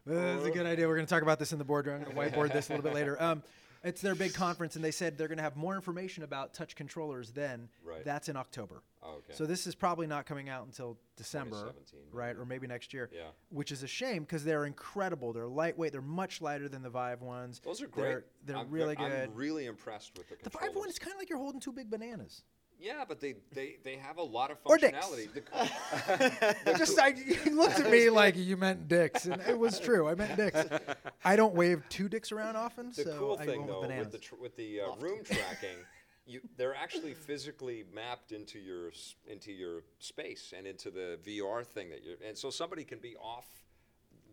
That's a good idea. We're going to talk about this in the boardroom. I'm going to whiteboard this a little bit later. Um, it's their big conference, and they said they're going to have more information about touch controllers then. Right. That's in October. Oh, okay. So this is probably not coming out until December, 2017, right? Or maybe next year. Yeah. Which is a shame because they're incredible. They're lightweight. They're much lighter than the Vive ones. Those are great. They're, they're I'm ve- really good. I'm really impressed with the the controllers. Vive one is kind of like you're holding two big bananas. Yeah, but they, they, they have a lot of Or dicks. functionality. The co- I just I, he looked at me like you meant dicks, and it was true. I meant dicks. I don't wave two dicks around often, the so cool I thing went though with bananas. with the tr- with the uh, room tracking, you they're actually physically mapped into your s- into your space and into the VR thing that you're. And so somebody can be off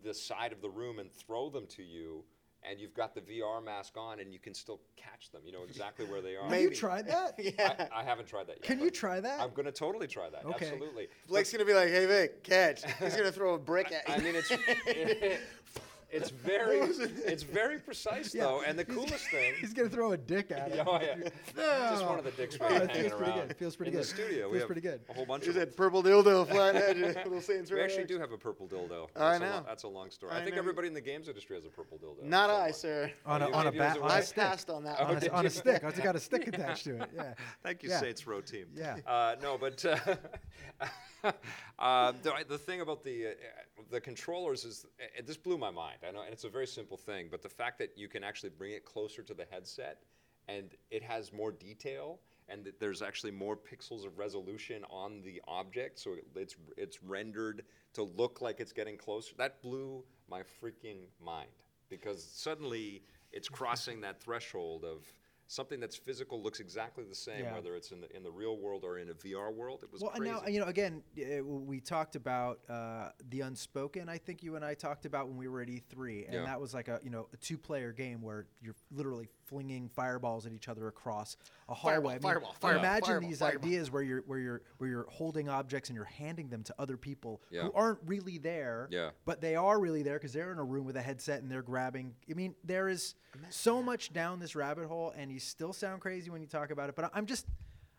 the side of the room and throw them to you, and you've got the VR mask on, and you can still catch them. You know exactly where they are. Have you tried that? I, I haven't tried that yet. Can but you try that? I'm gonna totally try that. Okay. Absolutely. Blake's gonna be like, "Hey Vic, catch!" He's gonna throw a brick at you. I mean, it's it's very it's very precise Yeah. though, and the coolest thing. He's gonna throw a dick at Yeah, him. oh, yeah. Just one of the dicks we have it hanging feels pretty around. good. Feels pretty In good. the studio, we Feels have pretty good. a whole bunch There's of. that purple dildo flying at you, little Saints We Row actually action. do have a purple dildo. That's I a lo- know. that's a long story. I I think know. everybody in the games industry has a purple dildo. Not somewhere. I, sir. On a- You- on a maybe it was bat- a on a white- I stick. passed on that On one. did a, on you? a stick. It's got a stick attached to it. Yeah. Thank you, Yeah. Saints Row team. Yeah. Uh, no, but uh, uh, the, the thing about the uh, the controllers is uh, this blew my mind. I know, and it's a very simple thing, but the fact that you can actually bring it closer to the headset, and it has more detail, and that there's actually more pixels of resolution on the object, so it, it's it's rendered to look like it's getting closer. That blew my freaking mind because suddenly it's crossing that threshold of. Something that's physical looks exactly the same, Yeah. whether whether it's in the in the real world or in a VR world. It was Well, and crazy. now you know. Again, uh, we talked about uh, the unspoken. I think you and I talked about when we were at E3, and Yeah. that was like a you know a two-player game where you're literally flinging fireballs at each other across a hallway. fireball, fireball, Imagine fireball, these fireball. ideas where you're where you're where you're holding objects and you're handing them to other people Yeah. who aren't really there. Yeah. But they are really there because they're in a room with a headset and they're grabbing. I mean, there is so much down this rabbit hole, and you still sound crazy when you talk about it. But I- I'm just,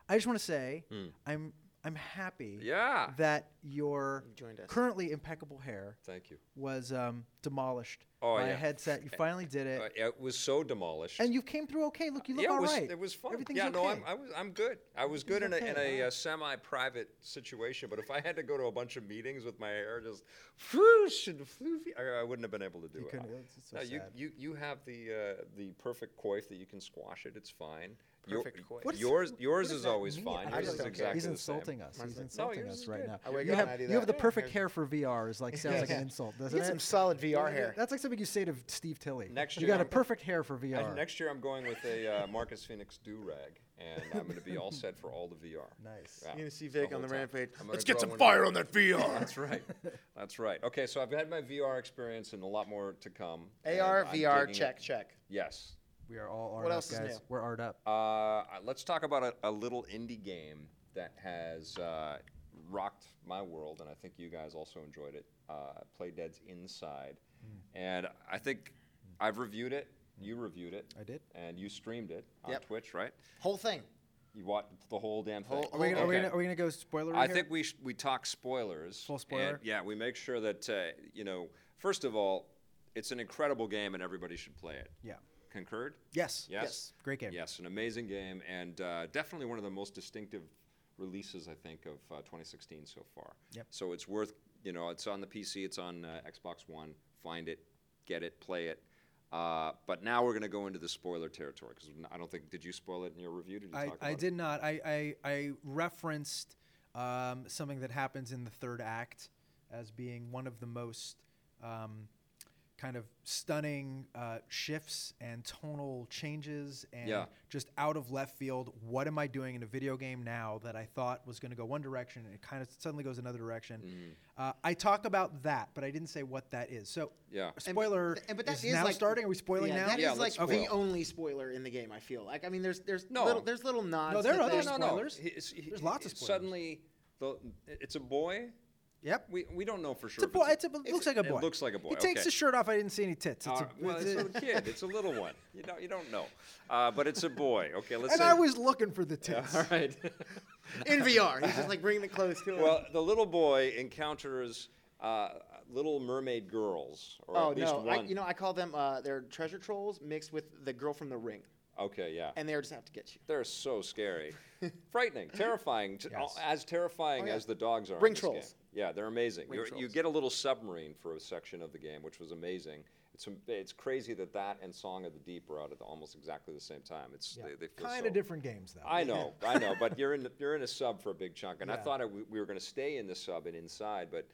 I just want to say, I'm I'm happy. Hmm. Yeah. That your joined us. currently impeccable hair Thank you. was um, demolished Oh, by a yeah. headset. You finally did it, Uh, it was so demolished. and you came through okay. Look, you look yeah, all it right. was, it was fun. Everything's yeah, okay. no, I'm, I was, I'm good. I was good in a, in okay, a uh, semi-private situation, but if I had to go to a bunch of meetings with my hair just whoosh and floofy, I, I wouldn't have been able to do it. couldn't- it's- it's so no, you, sad. you, you have the uh, the perfect coif that you can squash it. It's fine. Your- Perfect coif. What is- Yours, yours What does is that always mean? fine. I Yours just is don't care. exactly He's the same. insulting us. Mine's He's like- insulting yours us is right good. now. I wake You up and I have, do you have the that. perfect hair for VR. Is like sounds like an Yeah. insult, doesn't Get it? some solid VR Yeah, hair. That's like something you say to Steve Tilley. Next you year- got a perfect hair for VR. And next year, I'm going with a uh, Marcus Phoenix do rag, and I'm going to be all set for all the VR. Nice. Yeah, You're gonna see Vic the on the whole time. rampage. I'm gonna Let's get grow some one fire out." on that VR. That's right. That's right. Okay, so I've had my VR experience and a lot more to come. and AR, I'm VR, digging it. check, check. Yes. we are all art What up, else is guys. new? We're art up. Uh, let's talk about a, a little indie game that has uh, rocked my world, and I think you guys also enjoyed it. Uh, Play Dead's Inside, Hmm. and I think I've reviewed it. You reviewed it. I did. and you streamed it on Yep. Twitch, right? Whole thing. You watched the whole damn thing. Whole- Are we gonna, are we Okay. gonna, are we gonna go spoiler? I here? think we sh- we talk spoilers. Full and, spoiler? yeah, we make sure that uh, you know. First of all, it's an incredible game, and everybody should play it. Yeah. Concurred? Yes. Yes. Yes. Great game. Yes, an amazing game, and uh, definitely one of the most distinctive releases I think of uh, 2016 so far. Yep. So it's worth you know it's on the PC, it's on uh, Xbox One. Find it, get it, play it. Uh, but now we're going to go into the spoiler territory because I don't think did you spoil it in your review? Did you I, talk about I it? did not. I I, I referenced um, something that happens in the third act as being one of the most um, kind of stunning uh, shifts and tonal changes and Yeah. just out of left field. What am I doing in a video game now that I thought was going to go one direction and it kind of suddenly goes another direction? Mm-hmm. Uh, I talk about that, but I didn't say what that is. So Yeah. And- spoiler And but that is now like, starting. Are we spoiling yeah, now? That is Yeah, like let's the spoil. only spoiler in the game. I feel like I mean, there's there's No. little there's little nods. there to are other things. spoilers. He- it's- he- There's lots of he- spoilers. Suddenly, the, it's a boy. Yep. We, we don't know for It's sure. a boy. It's a, it looks like a boy. It looks like a boy. He takes okay. his shirt off. I didn't see any tits. It's All a, right, well, it's it's a a- little kid. It's a little one. You don't you don't know, uh, but it's a boy. Okay, let's. and say, I was looking for the tits. All right. in VR. He's just like bringing it close to him. well, the little boy encounters uh, little mermaid girls, or oh at least no, one. I, you know I call them uh, they're treasure trolls mixed with the girl from The Ring, okay, yeah. and they're just out to get you. They're so scary, frightening, terrifying. t- Yes. As terrifying Oh, yeah. as the dogs are. in Ring this game. trolls. Yeah, they're amazing. Ring you you trolls. get a little submarine for a section of the game, which was amazing. It's am- it's crazy that that and Song of the Deep are out at almost exactly the same time. It's they, they feel Kind so- of different games though. I know, I know, but you're in you're in a sub for a big chunk, and I Yeah. thought I, we we were going to stay in the sub and inside, but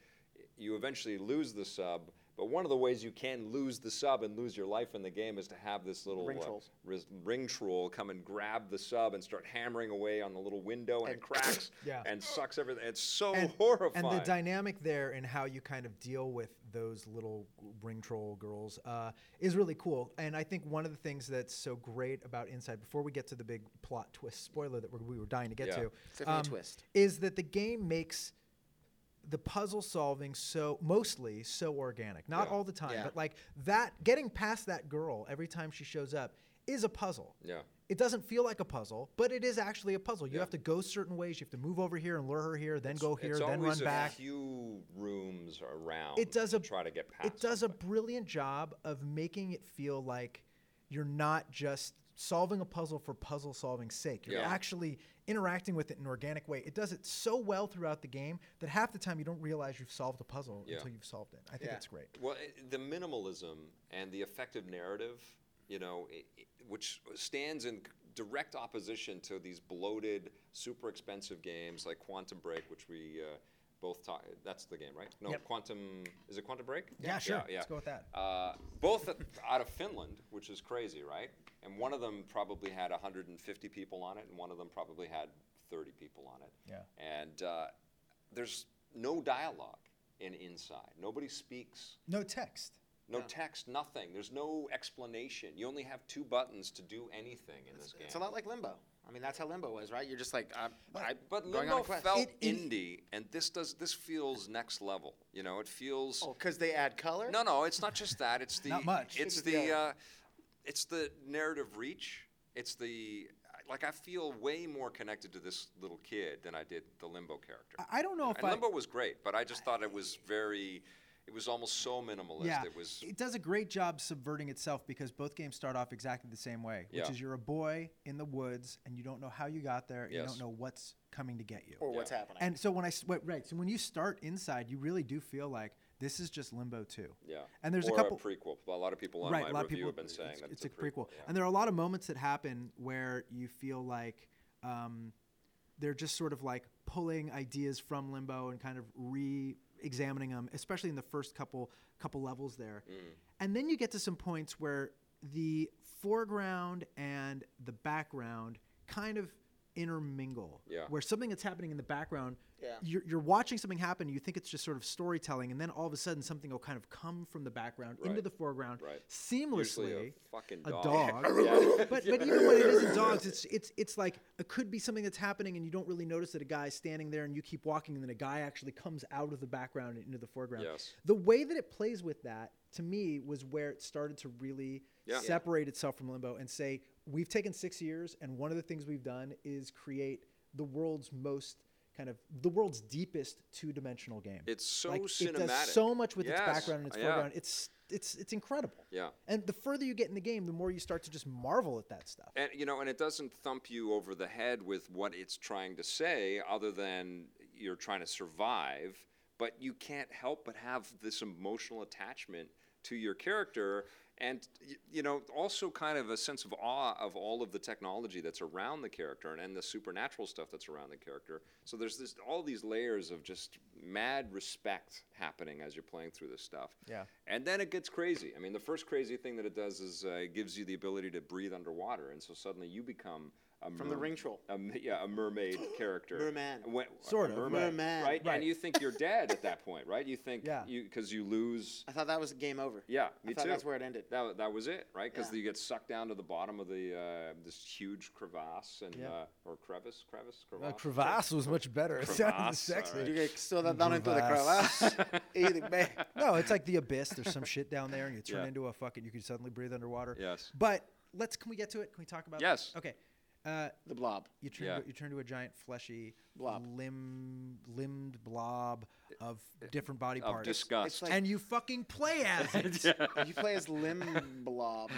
you eventually lose the sub. But one of the ways you can lose the sub and lose your life in the game is to have this little Ring uh, trolls. ris- ring troll come and grab the sub and start hammering away on the little window, and, it And cracks Yeah. and sucks everything. It's so and, horrifying. And the dynamic there and how you kind of deal with those little ring troll girls uh, is really cool. And I think one of the things that's so great about Inside, before we get to the big plot twist spoiler that we're, we were dying to get Yeah. to, um, It's definitely a twist. is that the game makes the puzzle solving so mostly so organic. Not Yeah. all the time, Yeah. but like that getting past that girl every time she shows up is a puzzle. Yeah. It doesn't feel like a puzzle, but it is actually a puzzle. You Yeah. have to go certain ways. You have to move over here and lure her here, then go here, it's then always run back. a few rooms around. It does to a- try to get past. It does a something. brilliant job of making it feel like you're not just solving a puzzle for puzzle solving's sake. You're Yeah. actually interacting with it in an organic way. It does it so well throughout the game that half the time you don't realize you've solved a puzzle Yeah. until you've solved it. I think Yeah. it's great. Well, i- the minimalism and the effective narrative, you know, i i which stands in direct opposition to these bloated, super expensive games like Quantum Break, which we uh, both talk. That's the game, right? No, Yep. Quantum. Is it Quantum Break? Yeah, sure. Let's go with that. Uh, both at- out of Finland, which is crazy, right? And one of them probably had 150 people on it, and one of them probably had 30 people on it. Yeah. And uh, there's no dialogue in Inside. Nobody speaks. No text. No text, nothing. There's no explanation. You only have two buttons to do anything in this game. It's a lot like Limbo. I mean, that's how Limbo was, right? You're just like, I'm, I'm but going on Limbo a quest. felt It- it- indie, and this does this feels next level. You know, it feels. oh, because they add color. No, no, it's not just that. It's the Not much. It's the uh, it's the narrative reach. It's the like I feel way more connected to this little kid than I did the Limbo character. I- I don't know if and I- Limbo was great, but I just thought it was very. It was almost so minimalist. Yeah, It was does a great job subverting itself because both games start off exactly the same way, which Yeah. is you're a boy in the woods and you don't know how you got there. You Yes. don't know what's coming to get you. Or what's happening? And so when I s- wait, right, so when you start inside, you really do feel like this is just Limbo 2. Yeah. And there's or a couple prequel. A lot of people on right, my a lot of review people have been saying it's, that it's it's, a prequel. And there are a lot of moments that happen where you feel like um, they're just sort of like pulling ideas from Limbo and kind of re-examining them, especially in the first couple couple levels there. Mm. And then you get to some points where the foreground and the background kind of intermingle Yeah. where something that's happening in the background Yeah. you're, you're watching something happen you think it's just sort of storytelling and then all of a sudden something will kind of come from the background into Right. the foreground Right. seamlessly Usually a fucking a dog. dog. Yeah. but but even when it isn't dogs, it's it's it's like it could be something that's happening and you don't really notice that a guy's standing there and you keep walking and then a guy actually comes out of the background and into the foreground. Yes. The way that it plays with that to me was where it started to really Yeah. separate itself from limbo and say we've taken 6 years and one of the things we've done is create the world's most kind of the world's deepest two-dimensional game. It's so Like, cinematic. It does so much with its Yes. background and its Yeah. foreground. It's it's it's incredible. Yeah. And the further you get in the game, the more you start to just marvel at that stuff. And you know, and it doesn't thump you over the head with what it's trying to say, other than you're trying to survive. But you can't help but have this emotional attachment to your character, and y- you know, also kind of a sense of awe of all of the technology that's around the character and, and the supernatural stuff that's around the character. So there's this all these layers of just mad respect happening as you're playing through this stuff. Yeah. And then it gets crazy. I mean, the first crazy thing that it does is uh, it gives you the ability to breathe underwater, and so suddenly you become a From the ring troll. a m- yeah, a mermaid character, Merman. When- Sort a of, merman, Merman. right? Right. And you think you're dead at that point, right? You think Yeah. you because you lose. I thought that was game over. Yeah, me I thought too. that's where it ended. That, wa- that was it, right? Because Yeah. you get sucked down to the bottom of the uh, this huge crevasse and Yeah. uh, or crevice, crevice, Uh, crevasse. crevasse was much better. It sounded Crevasse, all sexy. right. You get still that down into the Crevasse. crevasse. Either way. No, it's like the abyss. There's some shit down there, and you turn Yeah. into a fucking. You can suddenly breathe underwater. Yes. But let's. Can we get to it? Can we talk about? Yes. That? Okay. Uh, The blob. you turn. Yeah. into- you turn to a giant fleshy Blob. limb, limbed blob of different body Eh, of parts, disgust. It's like and you fucking play as it. you play as limb blob.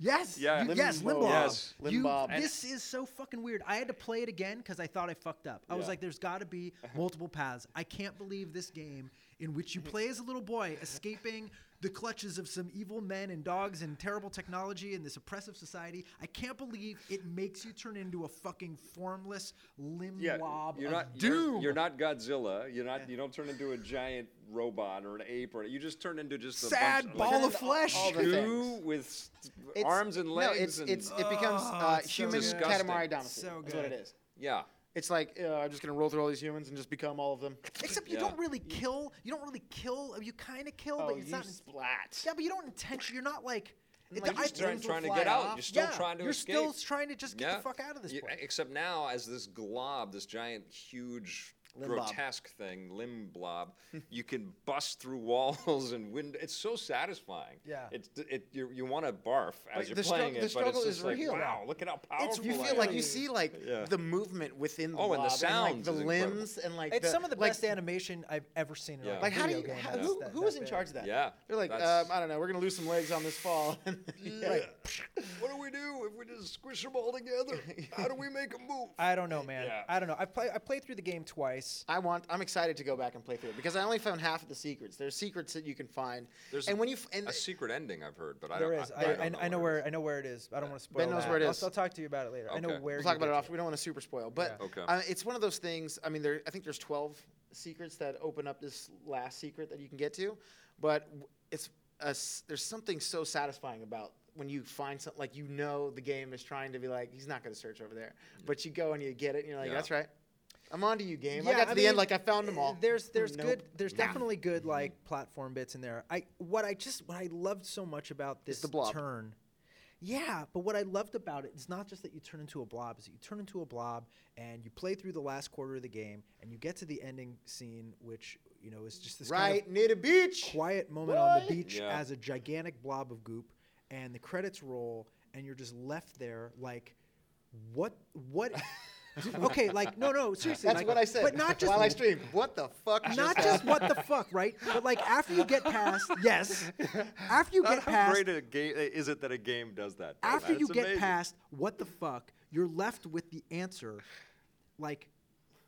Yes. Yeah. You, yes. Limbo. Limbob. Yes. You, Limbob. And- this is so fucking weird. I had to play it again because I thought I fucked up. I was Yeah. like, there's got to be multiple paths. I can't believe this game in which you play as a little boy escaping the clutches of some evil men and dogs and terrible technology and this oppressive society. I can't believe it makes you turn into a fucking formless limb blob you're of not doom. You're, you're not Godzilla. You're not. You don't turn into a giant robot or an ape or you just turn into just a Sad bunch, ball like, of flesh. all the goo things. with st- It's- arms and legs. No, it's, and, it's, it becomes Oh, uh, it's so human good. Katamari Damacy. So That's what good. it is. yeah, It's like uh, I'm just gonna roll through all these humans and just become all of them. Except you Yeah. don't really kill. You don't really kill. You kind of kill, Oh, but it's you not. splat. Yeah, but you don't intentionally. You're not like. It, Like, I- you're just trying, will trying to fly get out. off. You're still yeah, trying to you're escape. still trying to just get Yeah. the fuck out of this You- place. Except now, as this glob, this giant, huge, Limb blob. grotesque thing, limb blob, you can bust through walls and windows. It's so satisfying. Yeah. It's it. You, you want to barf as But you're the strugg- playing the it, but it's struggle is just like, real. wow, look at how It's- powerful. You I feel like am. you see like Yeah. the movement within the Oh, and the blob sounds and is like the incredible. limbs and like it's the, some of the like, best animation I've ever seen in Yeah. a Like how do video you? game. How, That's who that- who was that in big. charge of that? Yeah, they're like um, that's- I don't know. We're gonna lose some legs on this fall. yeah. like, What do we do if we just squish them all together? How do we make a move? I don't know, man. Yeah. I don't know. I play. I played through the game twice. I want. I'm excited to go back and play through it because I only found half of the secrets. There's secrets that you can find. There's and when you f- and a secret ending I've heard, but I don't. There is. I, I, I, know, where. I know where it is. I don't want to spoil. knows that. where it I'll- is. I'll, talk to you about it later. I know Okay. where. we'll you talk about get it to off. We don't want to super spoil, but Yeah. Okay. uh, it's one of those things. I mean, there. I think there's 12 secrets that open up this last secret that you can get to, but w- it's a s there's something so satisfying about when you find something like you know the game is trying to be like he's not going to search over there, but you go and you get it and you're like Yeah. that's right, I'm onto you game. I Yeah, got to the mean, end like I found them all. There's there's Nope. good there's Nah. definitely good like platform bits in there. I what I just what I loved so much about this the blob. turn. Yeah, but what I loved about it is not just that you turn into a blob, is that you turn into a blob and you play through the last quarter of the game and you get to the ending scene, which you know is just this kind of right near the beach. quiet moment on the Boy. beach Yeah. as a gigantic blob of goop and the credits roll and you're just left there like what what okay like no no seriously That's like- what I said. but not just while I stream. What the fuck? not just happened? what the fuck, right? But like after you get past, yes, after you get how past, great a game is it that a game does that? though, after man? you It's get amazing. past what the fuck, you're left with the answer, like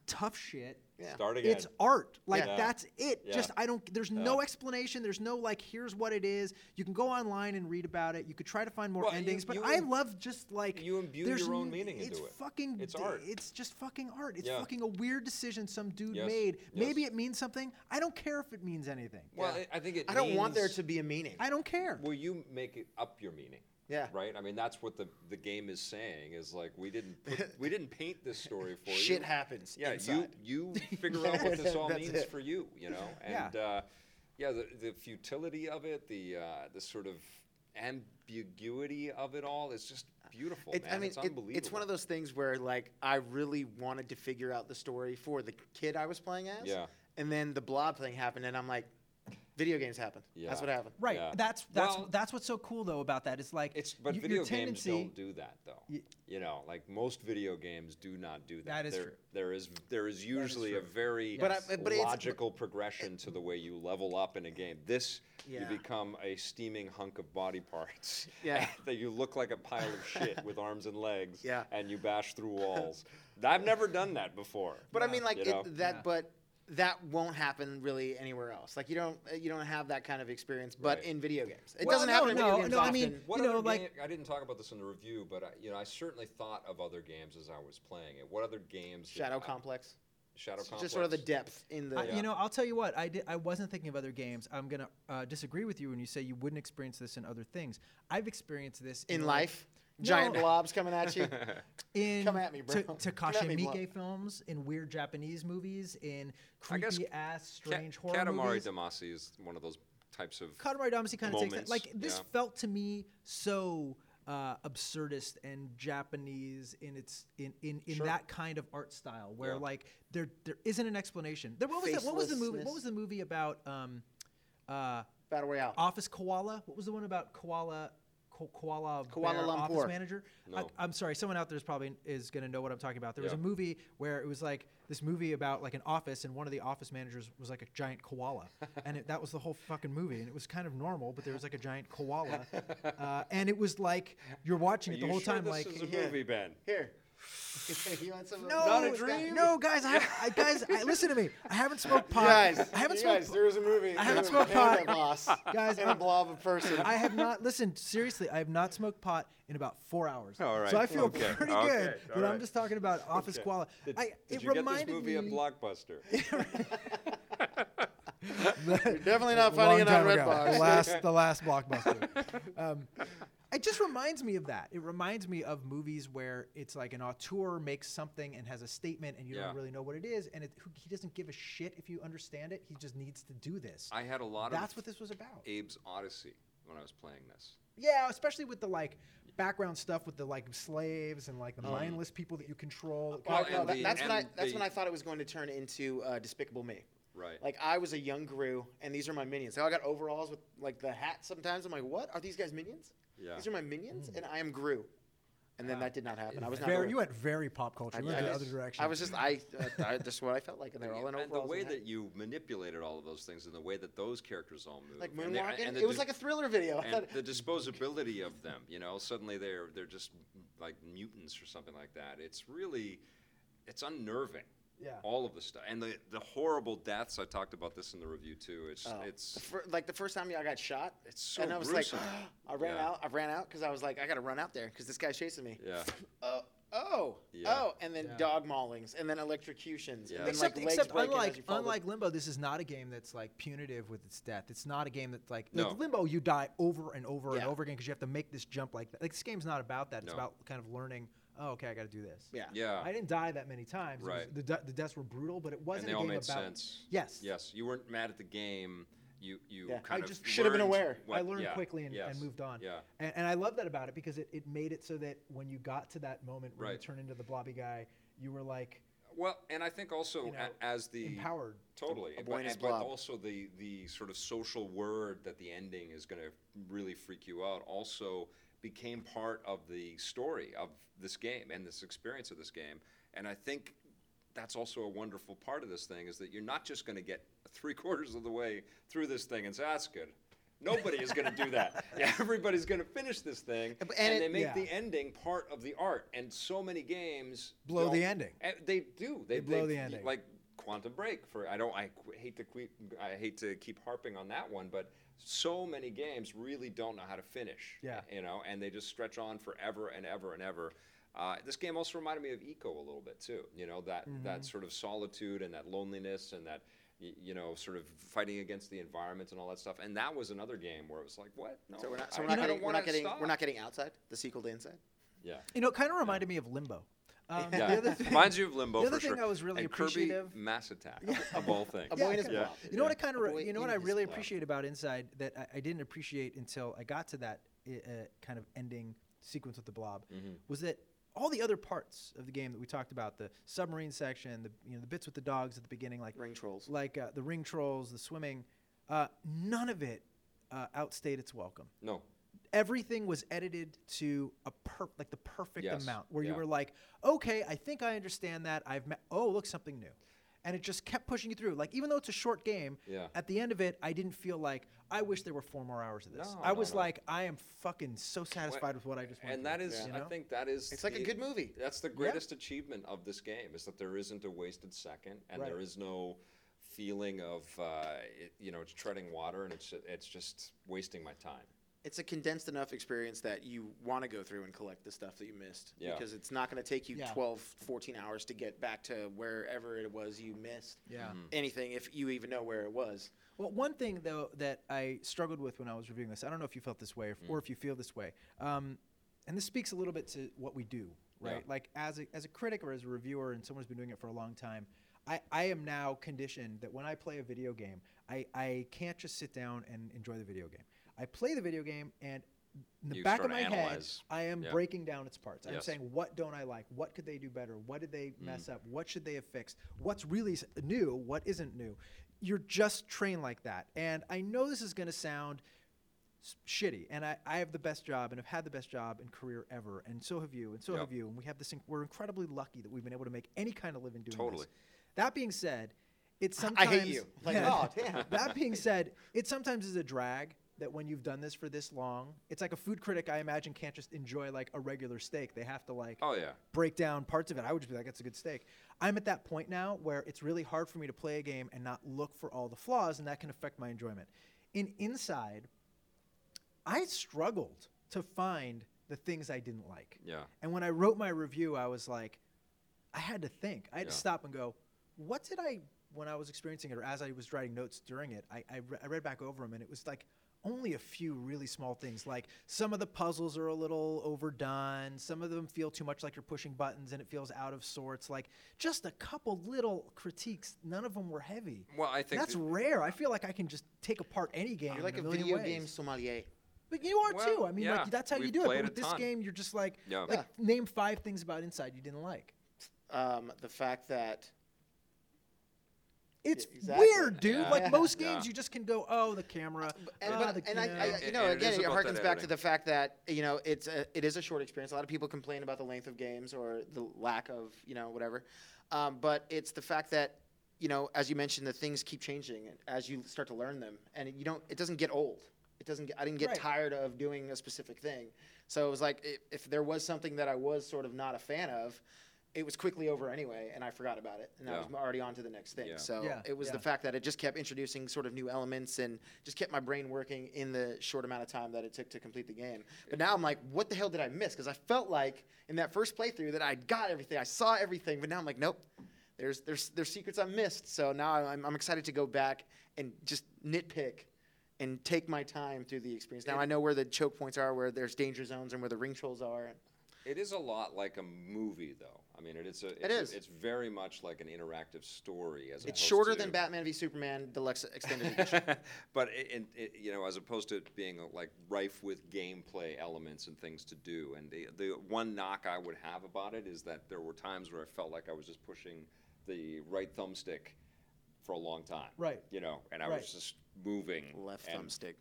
tough shit. Yeah. start again. It's art. Like Yeah. that's it. Yeah. Just I don't there's no explanation. There's no like here's what it is. You can go online and read about it. You could try to find more Well, you- endings, but you I im- love just like you imbue there's your own n- meaning into it's it. Fucking It's d- art. It's just fucking art. It's Yeah. fucking a weird decision some dude Yes. made. Maybe Yes. it means something. I don't care if it means anything. well, I- I think it. I don't want there means- to be a meaning. I don't care. Well, you make it up your meaning. Yeah. Right. I mean, that's what the the game is saying is like we didn't put, we didn't paint this story for you. Shit happens. Yeah. inside. You you figure out what this all That's means it. for you. You know. Yeah. And uh, yeah, the the futility of it, the uh, the sort of ambiguity of it all is just beautiful. It- man. I mean, it's it- unbelievable. it's one of those things where like I really wanted to figure out the story for the kid I was playing as. Yeah. And then the blob thing happened, and I'm like, video games happened. That's Yeah. what happened. Right. Yeah. That's that's Well- that's what's so cool though about that. It's like It's but y- video your games tendency, don't do that though. you know, like most video games do not do that. That is there, true. There is there is usually a very But I- but it's- logical progression to the way you level up in a game. This Yeah. you become a steaming hunk of body parts. Yeah. that you look like a pile of shit with arms and legs. Yeah. And you bash through walls. I've never done that before. uh, But I mean, like You know? it, that, but that won't happen really anywhere else. Like you don't you don't have that kind of experience, but Right. in video games, it Well, doesn't no, happen in no, video games no, often. I mean, What you know, other like- game, I didn't talk about this in the review, but I, you know, I certainly thought of other games as I was playing it. What other games? did Shadow I- Complex. Shadow Complex. Just sort of the depth in the. I- you know, I'll tell you what. I did, I wasn't thinking of other games. I'm gonna uh, disagree with you when you say you wouldn't experience this in other things. I've experienced this in like, life. Giant No. blobs coming at you. in Come at me, bro. Ta- Come Takashi at me, bro. Miike films, in weird Japanese movies, in I guess creepy ass Ca- strange horror Katamari movies. Damacy is one of those types of. Katamari Damacy kind of takes that. Moments, Like this yeah. felt to me so uh, absurdist and Japanese in its in in, in that kind of art style where Yeah. like there there isn't an explanation. There what was that? What was the movie? What Facelessness. was the movie about? Um, uh, Battle Royale. Office Koala. What was the one about Koala? Ko- Koala, Kuala Bear Lumpur. office manager. I, No. I'm sorry, someone out there is probably is going to know what I'm talking about. There was a Yeah. movie where it was like this movie about like an office, and one of the office managers was like a giant koala, and it, that was the whole fucking movie. And it was kind of normal, but there was like a giant koala, uh, and it was like you're watching Are it the you whole sure time, this like is a Yeah. movie, Ben. Here. you want some of no, those? Not a dream? no, guys, I, I guys, I, listen to me. I haven't smoked pot. Guys, I haven't you smoked. guys, there was a movie. I haven't There was smoked a panda pot. Boss Guys, and a I'm- blob of person. I have not listened. Seriously, I have not smoked pot in about four hours. All So right, I feel okay, pretty okay, good. all But I'm right. just talking about Office Koala. Did, I, did it you get reminded this movie at me- Blockbuster? You're definitely not finding it on Redbox. The last, the last blockbuster. Um, It just reminds me of that. It reminds me of movies where it's like an auteur makes something and has a statement, and you Yeah. don't really know what it is, and it, who- he doesn't give a shit if you understand it. He just needs to do this. I had a lot That's of what this was about. Abe's Odyssey when I was playing this. Yeah, especially with the like background stuff with the like slaves and like the Oh, mindless people that you control. Well, No, and that- the- that's when I and that's the- when I thought it was going to turn into uh, Despicable Me. Oh, Right. Like I was a young Gru, and these are my minions. So I got overalls with like the hat. Sometimes I'm like, what are these guys minions? Yeah. These are my minions, Hmm. and I am Gru. And Ah. then that did not happen. I was not. Very, Gru. you went very pop culture. You I went the just- other direction. I was just I, uh, I just what I felt like, and they're all in and, overalls. the way and hats. that you manipulated all of those things and the way that those characters all move. like and the- moonwalking, and the it was dis- like a thriller video. I and thought- the disposability of them, you know, suddenly they're they're just like mutants or something like that. It's really, it's unnerving. Yeah. All of the stuff and the the horrible deaths. I talked about this in the review too. It's Oh. it's the fir- like the first time I got shot, It's so and I was gruesome. like, I ran Yeah. out. I ran out because I was like, I gotta run out there because this guy's chasing me. yeah. Oh, oh, Yeah. oh, and then dog maulings, and then electrocutions, Yeah. and then except, like legs except breaking as unlike you fall to- unlike Limbo, this is not a game that's like punitive with its death. It's not a game that's like, No. like Limbo. You die over and over Yeah. and over again because you have to make this jump like that. Like this game's not about that. It's No. about kind of learning. Oh, okay, I got to do this. yeah, Yeah. I didn't die that many times. It was- Right. the, de- the deaths were brutal, but it wasn't. and they a all game made about, sense. Yes. Yes. You weren't mad at the game. You you Yeah. kind I of just should have been learned aware. what- I learned yeah, quickly and, yes, and moved on. Yeah. And, and I love that about it because it, it made it so that when you got to that moment where you Right. turn into the blobby guy, you were like Well, and I think also You know, a- as the empowered. totally, A boy but, and his and- but blob. also the the sort of social word that the ending is going to really freak you out also became part of the story of this game and this experience of this game, and I think that's also a wonderful part of this thing is that you're not just going to get three quarters of the way through this thing and say that's good. Nobody is going to do that. Everybody's going to finish this thing, and, And it- they make yeah. the ending part of the art. And so many games Blow the don't- ending. and Eh, they do. They, blow the y- ending. Like Quantum Break for I don't I qu- hate to que- I hate to keep harping on that one, but so many games really don't know how to finish. Yeah. You know, and they just stretch on forever and ever and ever. Uh, this game Mm-hmm. also reminded me of Eco a little bit too. You know that that sort of solitude and that loneliness and that y- you know, sort of fighting against the environment and all that stuff. And that was another game where it was like, what? No, So we're not. I- So we're I not don't getting. We're want it not to getting. stop. We're not getting outside. The sequel to Inside. Yeah. You know, it kind of reminded me of Limbo. Um, Yeah. The other thing, Reminds you of Limbo the other for sure. thing I was really and Kirby appreciative- Mass Attack of all things. A boy in his yeah. blob. You know what I kind of boy re- you know what in I his really blob. appreciate about Inside that I, I didn't appreciate until I got to that uh, uh, kind of ending sequence with the blob Mm-hmm. was that all the other parts of the game that we talked about the submarine section the you know the bits with the dogs at the beginning like Ring trolls. like uh, the ring trolls the swimming uh, none of it uh, outstayed its welcome No. everything was edited to a per- like the perfect Yes, amount where you yeah. were like okay i think i understand that i've met oh look something new and it just kept pushing you through like even though it's a short game Yeah. at the end of it i didn't feel like i wish there were four more hours of this No, i no, was no. like i am fucking so satisfied with what i just went And through," that is, you I know? think that is. It's like a the- good movie. That's the greatest achievement of this game is that there isn't a wasted second, and there Right. is no feeling of uh, it, you know it's treading water, and it's it's just wasting my time. It's a condensed enough experience that you want to go through and collect the stuff that you missed Yeah. because it's not going to take you Yeah. twelve, fourteen 12, 14 hours to get back to wherever it was you missed. Yeah. Anything if you even know where it was. Well, one thing though that I struggled with when I was reviewing this, I don't know if you felt this way or, or Mm. if you feel this way, um, and this speaks a little bit to what we do, right? Yeah. Like as a, as a critic or as a reviewer, and someone who's been doing it for a long time, I, I am now conditioned that when I play a video game, I, I can't just sit down and enjoy the video game. I play the video game and in the You back sort of my of head, analyze. I am Yeah. breaking down its parts. I'm Yes. saying, what don't I like? What could they do better? What did Mm. they mess up? What should they have fixed? What's really s- new? What isn't new? You're just trained like that. And I know this is going to sound s- shitty and I, I have the best job and have had the best job and career ever and so have you and so Yep. have you and we have this inc- we're incredibly lucky that we've been able to make any kind of living doing Totally. this that being said it's I sometimes hate you. Like, Yeah. oh, damn. that being said it sometimes is a drag that when you've done this for this long it's like a food critic i imagine can't just enjoy like a regular steak they have to like Oh yeah, break down parts of it, I would just be like, that's a good steak. I'm at that point now where it's really hard for me to play a game and not look for all the flaws, and that can affect my enjoyment. In Inside, I struggled to find the things I didn't like. Yeah. And when I wrote my review, I was like, I had to think. I had to Yeah. stop and go, what did I, when I was experiencing it or as I was writing notes during it, I, I, re- I read back over them and it was like only a few really small things. Like some of the puzzles are a little overdone, some of them feel too much like you're pushing buttons and it feels out of sorts. Like just a couple little critiques, none of them were heavy. Well, I think that's that- rare. I feel like I can just take apart any game. You're like in a a, million video ways. game sommelier. But you are Well, too. I mean, yeah, like that's how you we've do it. played a But with this ton. game, you're just like, Yeah. like name five things about Inside you didn't like. Um, the fact that It's exactly. weird, dude. Yeah. Like most Yeah. games, you just can go, oh, the camera. And, ah, but- the, and I, camera." I, Yeah. you know, And it is again, it, about that harkens back to editing. the fact that you know it's a, it is a short experience. A lot of people complain about the length of games or the lack of you know whatever, um, but it's the fact that you know, as you mentioned, the things keep changing as you start to learn them, and you don't. It doesn't get old. It doesn't. Get, I didn't get Right. tired of doing a specific thing. So it was like if, if there was something that I was sort of not a fan of. It was quickly over anyway, and I forgot about it, and I Yeah. was already on to the next thing. Yeah. So so Yeah, it was the yeah. fact that it just kept introducing sort of new elements and just kept my brain working in the short amount of time that it took to complete the game. But now I'm like, what the hell did I miss? Because I felt like in that first playthrough that I got everything, I saw everything, but now I'm like, nope. There's there's there's secrets I missed. So now I'm, I'm excited to go back and just nitpick and take my time through the experience. Now I know where the choke points are, where there's danger zones, and where the ring trolls are. it is a lot like a movie, though. I mean, it is a. It's a- is. it's very much like an interactive story. As It's opposed shorter to- than Batman v Superman Deluxe Extended Edition. but it, and it, you know, as opposed to it being like rife with gameplay elements and things to do. And the the one knock I would have about it is that there were times where I felt like I was just pushing the right thumbstick for a long time. Right. You know, and I Right. was just moving Left and- thumbstick,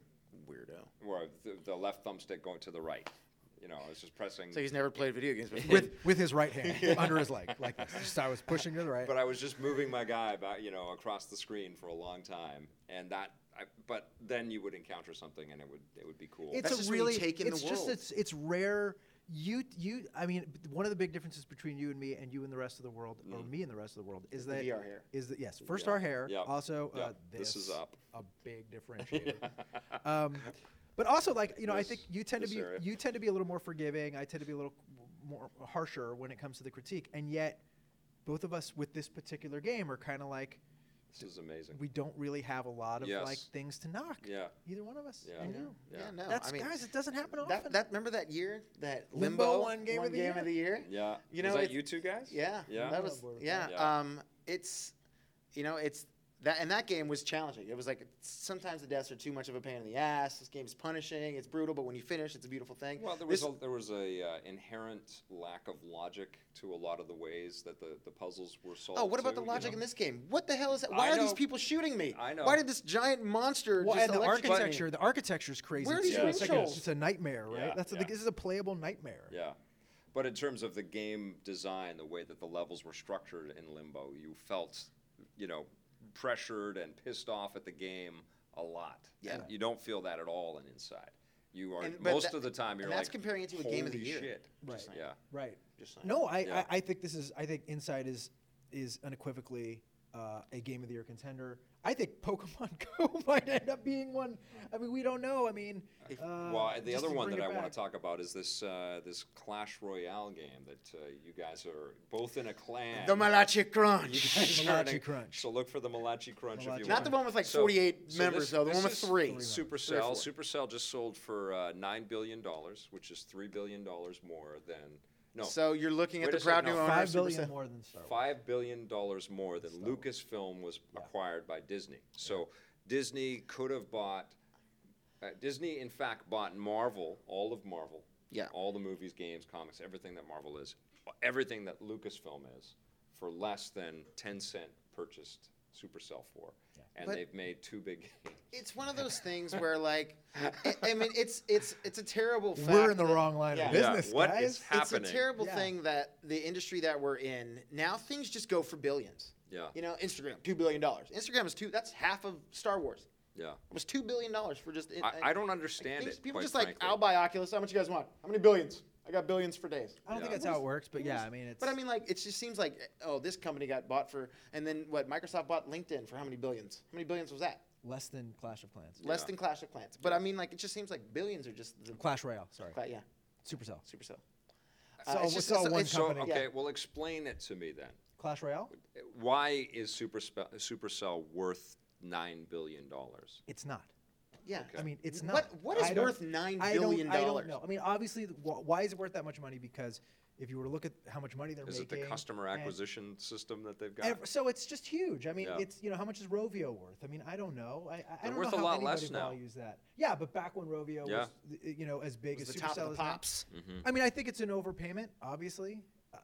weirdo. Where the, the left thumbstick going to the right. You know, I was just pressing. So he's never played video games before. with with his right hand under his leg, like this. Just I was pushing to the right. but I was just moving my guy about, you know, across the screen for a long time, and that. I, but then you would encounter something, and it would it would be cool. it's That's a just when you really take in the it's just world. it's it's rare you you i mean b- one of the big differences between you and me and you and the rest of the world or Mm. me and the rest of the world is that VR hair. is that yes first our hair Yep. also Uh, Yep. this, This is up. a big differentiator um, but also like you know i This- think you tend to this be area. you tend to be a little more forgiving i tend to be a little more harsher when it comes to the critique and yet both of us with this particular game are kind of like This is amazing. we don't really have a lot of like Yes. things to knock. Yeah. Either one of us. Yeah. you Yeah. know? Yeah. Yeah, no, That's I mean, guys, it doesn't happen often. that, that remember that year that Limbo Limbo, won Game of the Year? year? Yeah. You was know, that it's- you two guys? Yeah, Yeah. that was Board of yeah. Yeah. Um, it's you know it's that and that game was challenging. It was like sometimes the deaths are too much of a pain in the ass. This game's punishing. It's brutal, but when you finish, it's a beautiful thing. Well, there was This- a, there was a uh, inherent lack of logic to a lot of the ways that the, the puzzles were solved. Oh, what about too, the you logic know? in this game? What the hell is that? I Why are these know. people shooting me? I know. Why did this giant monster well, just and the electrocute me? architecture, the architecture is crazy. Where are too. these it's, like a, controls? it's a nightmare, right? Yeah, That's the yeah. this is a playable nightmare. Yeah. But in terms of the game design, the way that the levels were structured in Limbo, you felt, you know, pressured and pissed off at the game a lot. Yeah. And you don't feel that at all in Inside. You are And- but most that- of the time you're and that's like comparing it to a game of the "Holy year." Shit. Just Right. saying. Yeah. Right. Just saying. No, I, Yeah. I, I think this is I think Inside is is unequivocally uh, a game of the year contender. I think Pokemon Go might end up being one. I mean, we don't know. I mean, If- uh, well, the just other to one bring that I it want back. to talk about is this uh, this Clash Royale game that uh, you guys are both in a clan. The Malachi You Crunch. guys are in Malachi a- Crunch. So look for the Malachi Crunch if Malachi you Not want. the one with, like, 48 members, this- though, the this one with is three. Supercell. Three Supercell just sold for uh, nine billion dollars, which is three billion dollars more than no So you're looking Wait at the a proud second, new no. owner. of five Supercell. billion more than Star Wars. five billion dollars more than Lucasfilm was acquired by Disney. So Disney could have bought. Uh, Disney, in fact, bought Marvel, all of Marvel, Yeah. all the movies, games, comics, everything that Marvel is, everything that Lucasfilm is, for less than ten cent purchased Supercell for, and But- they've made two big games. It's one of those things where, like, I, I mean, it's it's it's a terrible. Fact We're in the that- wrong line Yeah. of Yeah, business, what guys. is happening? It's a terrible Yeah. thing that the industry that we're in now things just go for billions. Yeah. You know, Instagram, two billion dollars. Instagram is two. That's half of Star Wars. Yeah, It was two billion dollars for just. I, I don't things- understand it. People quite just like, frankly. I'll buy Oculus. How much you guys want? How many billions? I got billions for days. I don't think Yeah. that's how it works, but yeah, I mean, it's. But I mean, like, it just seems like, oh, this company got bought for, and then what? Microsoft bought LinkedIn for how many billions? How many billions was that? less than Clash of Clans, Less Yeah. than Clash of Clans. But I mean, like, it just seems like billions are just the. Clash Royale. Sorry, Cla- yeah, Supercell. Supercell. Uh, It's all- it's all one So company. okay, well, explain it to me then. Clash Royale. Why is Superspe- Supercell worth nine billion dollars? It's not. Yeah. I mean, it's not. What- what is I don't- worth $9 I don't- billion I dollars? don't know. I mean, obviously, th- wh- why is it worth that much money? Because if you were to look at how much money they're Is it making, the customer and- acquisition system that they've got? and so it's just huge. I mean, Yeah. it's you know how much is Rovio worth? I mean, I don't know. I, I, I They're don't worth know a how lot anybody less now. values that. Yeah, but back when Rovio Yeah. was th- you know as big was as the Supercell top of the is now- pops. Mm-hmm. I mean, I think it's an overpayment, obviously. Uh,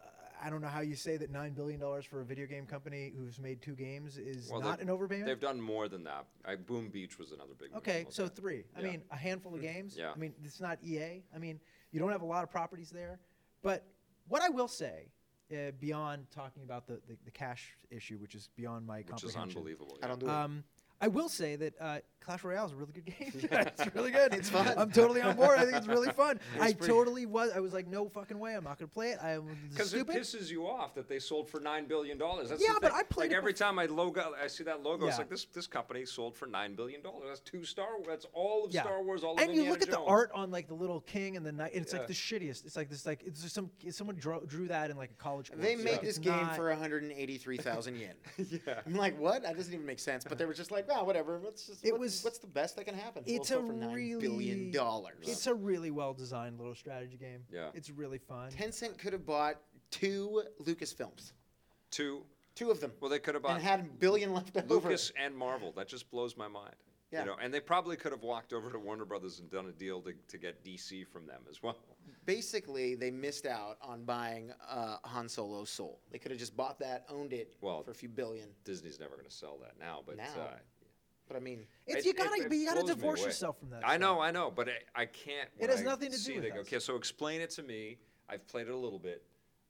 I don't know how you say that nine billion dollars for a video game company who's made two games is Well, not they've- an overpayment. They've done more than that. I, Boom Beach was another big. one. Okay, Well, so yeah. three. I Yeah. Mm, mean, a handful of games. Yeah. I mean, it's not EA. I mean, you don't have a lot of properties there. But what I will say, uh, beyond talking about the, the, the cash issue, which is beyond my which is comprehension, unbelievable. I yeah. don't do it. Um, I will say that uh, Clash Royale is a really good game. it's really good. It's fun. I'm totally on board. I think it's really fun. I pretty- totally was. I was like, no fucking way. I'm not gonna play it. I'm Because it stupid. pisses you off that they sold for nine billion dollars. Yeah, but I played it like every time I logo, I see that logo. It's Yeah. like this this company sold for nine billion dollars. That's two Star. Wars. That's all of Yeah. Star Wars. All of and you Indiana look at the Jones. art on like the little king and the knight, and it's Yeah. like the shittiest. It's like this, like it's just some someone drew, drew that in like a college. Course. They Like, made it's this game not- for 183,000 yen. yeah. I'm like, what? That doesn't even make sense. But they were just like, wow, whatever. Let's just. It what- was- What's the best that can happen? We'll It's sell a for nine really billion dollars. It's a really well designed little strategy game. Yeah. it's really fun. Tencent could have bought two Lucasfilms, two. two of them, Well, they could have bought and had a billion left over. Lucas and Marvel. That just blows my mind. Yeah. You know, and they probably could have walked over to Warner Brothers and done a deal to, to get DC from them as well. Basically, they missed out on buying uh, Han Solo's soul. They could have just bought that, owned it Well, for a few billion. Disney's never going to sell that now, but Now. uh, But I mean, It's, it- you gotta, it- it but you gotta blows me divorce away. yourself from that. I stuff. know, I know, but I, I can't. when has I nothing to do see it, with I go, us. Okay, so explain it to me. I've played it a little bit.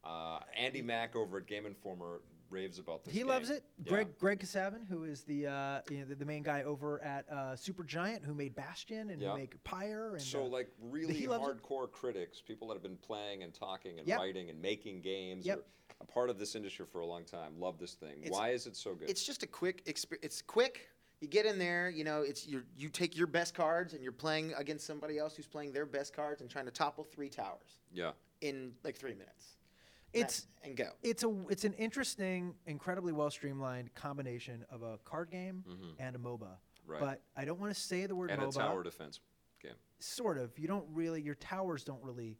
Uh, Andy Mack over at Game Informer raves about this. He game. loves it. Yeah. Greg Greg Kasavin, who is the uh, you know, the, the main guy over at uh, Supergiant, who made Bastion and Yeah. who make Pyre, and So uh, like really He Loves It- hardcore critics, people that have been playing and talking and Yep. writing and making games, Yep. are a part of this industry for a long time, love this thing. Why is it so good? it's just a quick exp- it's quick you get in there you know it's your you take your best cards and you're playing against somebody else who's playing their best cards and trying to topple three towers yeah. in like three minutes It's and go. it's a it's an interesting, incredibly well streamlined combination of a card game Mm. and a MOBA. mm-hmm, Right. But I don't want to say the word and MOBA. a tower defense game. sort of. You don't really. Your towers don't really.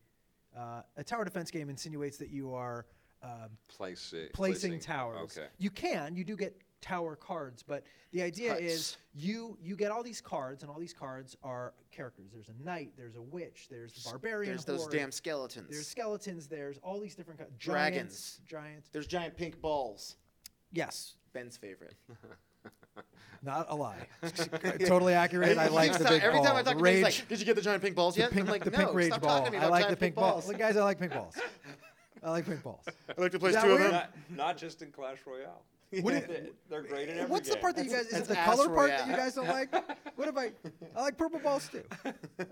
Uh, a tower defense game insinuates that you are um, Placing, placing, towers. Okay. You can. You do get tower cards, but the idea is Huts. you you get all these cards, and all these cards are characters. There's a knight. There's a witch. There's the barbarian. There's those horde, damn skeletons. There's skeletons. There's all these different kinds. Dragons. Giants. There's giant pink balls. Yes. Ben's favorite. Not a lie. totally accurate. I He like keeps the ta- big Every ball. time I talk the to him, rage, he's like, "Did you get the giant pink balls yet?" pink, I'm like, the "No, pink rage stop ball. talking to me I about like the giant pink balls. Like, Guys, I like pink balls. I like pink balls. I like to play Is two that of them. Not, not just in Clash Royale. They're great in every What's the game. part that you guys? Is that's it the ass color part that you royale. guys don't like? What if I? I like purple balls too.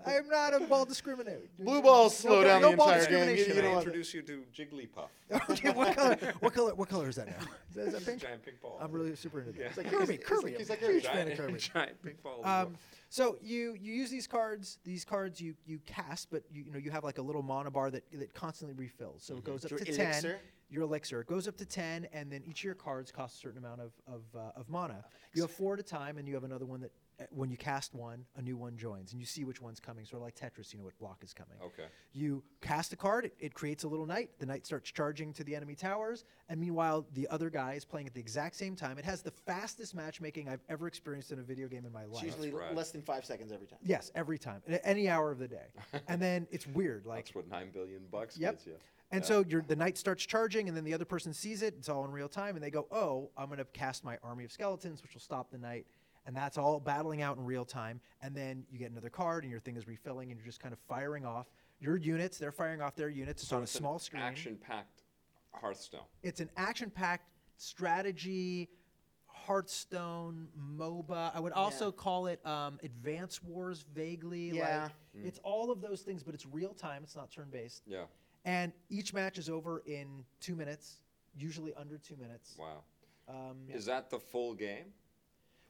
I am not a ball discriminator. Blue balls slow No down ball the entire game. You, discrimination. you Can know I what? introduce you to Jigglypuff? okay, what color? What color? What color is that now? Is that, is that It's a pink? giant pink ball. I'm really super into that. Yeah. It's like Kirby, Kirby. he's I'm like a a huge fan of giant, Kirby. giant pink ball. as Um, well. so you you use these cards. These cards you you cast, but you, you know you have like a little monobar that that constantly refills. So it goes up Your to ten. elixir? Your elixir it goes up to ten, and then each of your cards costs a certain amount of of, uh, of mana. You have four at a time, and you have another one that uh, when you cast one, a new one joins, and you see which one's coming. Sort of like Tetris, you know what block is coming. Okay. You cast a card, it, it creates a little knight. The knight starts charging to the enemy towers, and meanwhile, the other guy is playing at the exact same time. It has the fastest matchmaking I've ever experienced in a video game in my It's life. usually That's l- right. less than five seconds every time. Yes, every time, at any hour of the day. And then it's weird, like, That's what nine billion bucks yep. gets you. And so you're, the knight starts charging, and then the other person sees it. It's all in real time, and they go, "Oh, I'm going to cast my army of skeletons, which will stop the knight." And that's all battling out in real time. And then you get another card, and your thing is refilling, and you're just kind of firing off your units. They're firing off their units. It's on a It's an small screen. Action-packed Hearthstone. It's an action-packed strategy, Hearthstone, MOBA. I would also call it um, Advance Wars vaguely. Yeah. Like, It's all of those things, but it's real time. It's not turn-based. Yeah. And each match is over in two minutes, usually under two minutes. Wow. Um, Is that the full game?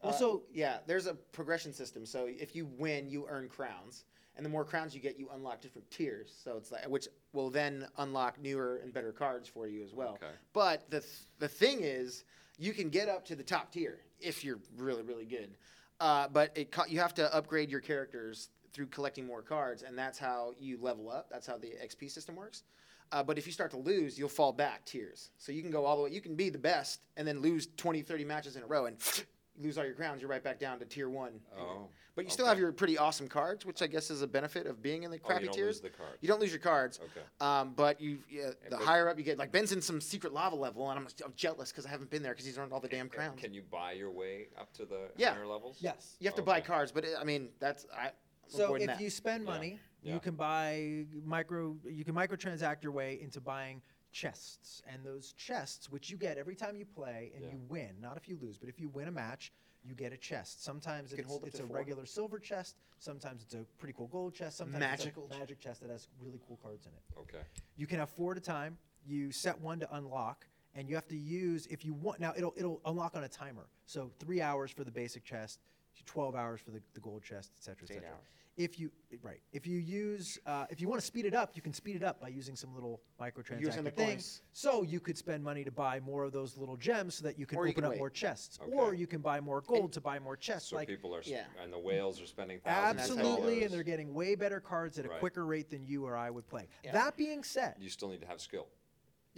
Oh, Also, yeah, there's a progression system. So if you win, you earn crowns, and the more crowns you get, you unlock different tiers. So it's like which will then unlock newer and better cards for you as well. Okay. But the th- the thing is, you can get up to the top tier if you're really really good. Uh, but it co- you have to upgrade your characters through collecting more cards, and that's how you level up. That's how the XP system works. Uh, but if you start to lose, you'll fall back tiers. So you can go all the way. You can be the best and then lose 20, 30 matches in a row and lose all your crowns. You're right back down to tier one. Oh, But you still okay. Oh, have your pretty awesome cards, which I guess is a benefit of being in the crappy don't lose tiers. the cards. You don't lose your cards. Okay. Um, but you, yeah, the but- higher up you get, like Ben's in some secret lava level, and I'm, I'm jealous because I haven't been there because he's earned all the damn crowns. Can you buy your way up to the Yeah. higher levels? yes. you have to buy Okay. cards, but it, I mean that's I. I'm So avoiding if that. you spend Yeah. money, Yeah. you can buy micro. You can microtransact your way into buying chests, and those chests, which you get every time you play and Yeah. you win, not if you lose, but if you win a match, you get a chest. Sometimes can it's, hold up it's to a four. regular silver chest. Sometimes it's a pretty cool gold chest. Sometimes Magical it's a magic chest that has really cool cards in it. Okay. You can have four at a time. You set one to unlock, and you have to use if you want. Now it'll it'll unlock on a timer. So three hours for the basic chest, twelve hours for the, the gold chest, etc. Cetera, eight etc. Cetera. hours. If you right, if you use uh, if you want to speed it up, you can speed it up by using some little the microtransaction things. coins. So you could spend money to buy more of those little gems so that you can Or open you can up wait. more chests, Okay. or you can buy more gold to buy more chests. So like people are, sp- yeah. and the whales are spending thousands of absolutely, dollars. and they're getting way better cards at a Right. quicker rate than you or I would play. Yeah. That being said, You still need to have skill.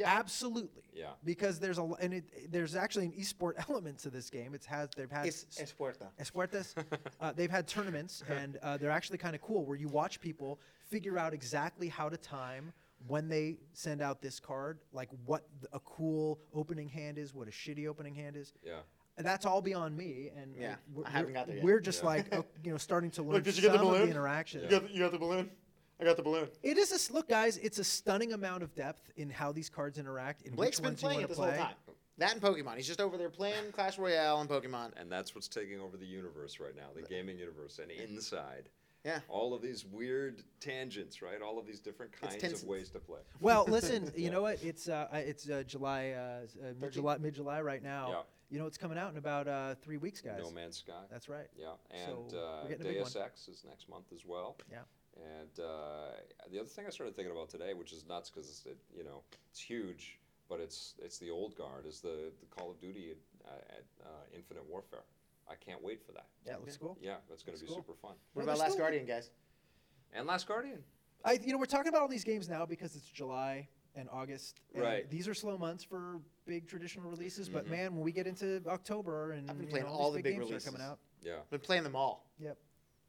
Absolutely. Yeah. Because there's a l- and it, there's actually an esport element to this game. It's has they've had it's s- es puerta. Esfuertes, uh, they've had tournaments and uh, they're actually kind of cool where you watch people figure out exactly how to time when they send out this card, like what th- a cool opening hand is, what a shitty opening hand is. Yeah. And that's all beyond me, and Yeah, like, we're, I haven't we're- got there yet. we're just like uh, you know starting to learn did you get the some of the balloon? interactions. the, you got the balloon. I got the balloon. It is a s- look, guys. It's a stunning amount of depth in how these cards interact. In Blake's which been ones you playing wanna it this play. whole time. That and Pokemon. He's just over there playing Clash Royale and Pokemon. And that's what's taking over the universe right now, the gaming universe, and inside. Yeah. All of these weird tangents, right? All of these different kinds of tensons. ways to play. Well, listen, you know what? It's uh, I- it's uh, July, uh, s- uh, mid Thirteenth. July, mid July right now. Yeah. You know it's coming out in about uh, three weeks, guys. No Man's Sky. That's right. Yeah, and So, we're uh, getting a big Deus one. Ex is next month as well. Yeah. And uh, the other thing I started thinking about today, which is nuts because it, you know it's huge, but it's it's the old guard, is the, the Call of Duty uh, at uh, Infinite Warfare. I can't wait for that. Yeah, it looks cool. Yeah, that's going to be cool. super fun. No, What about there's Last still- Guardian, guys? And Last Guardian. I, you know, we're talking about all these games now because it's July and August. and Right. Mm-hmm. These are slow months for big traditional releases, but man, when we get into October and I've been you playing know, all these the big games are coming releases. out. Yeah. Been playing them all. Yep.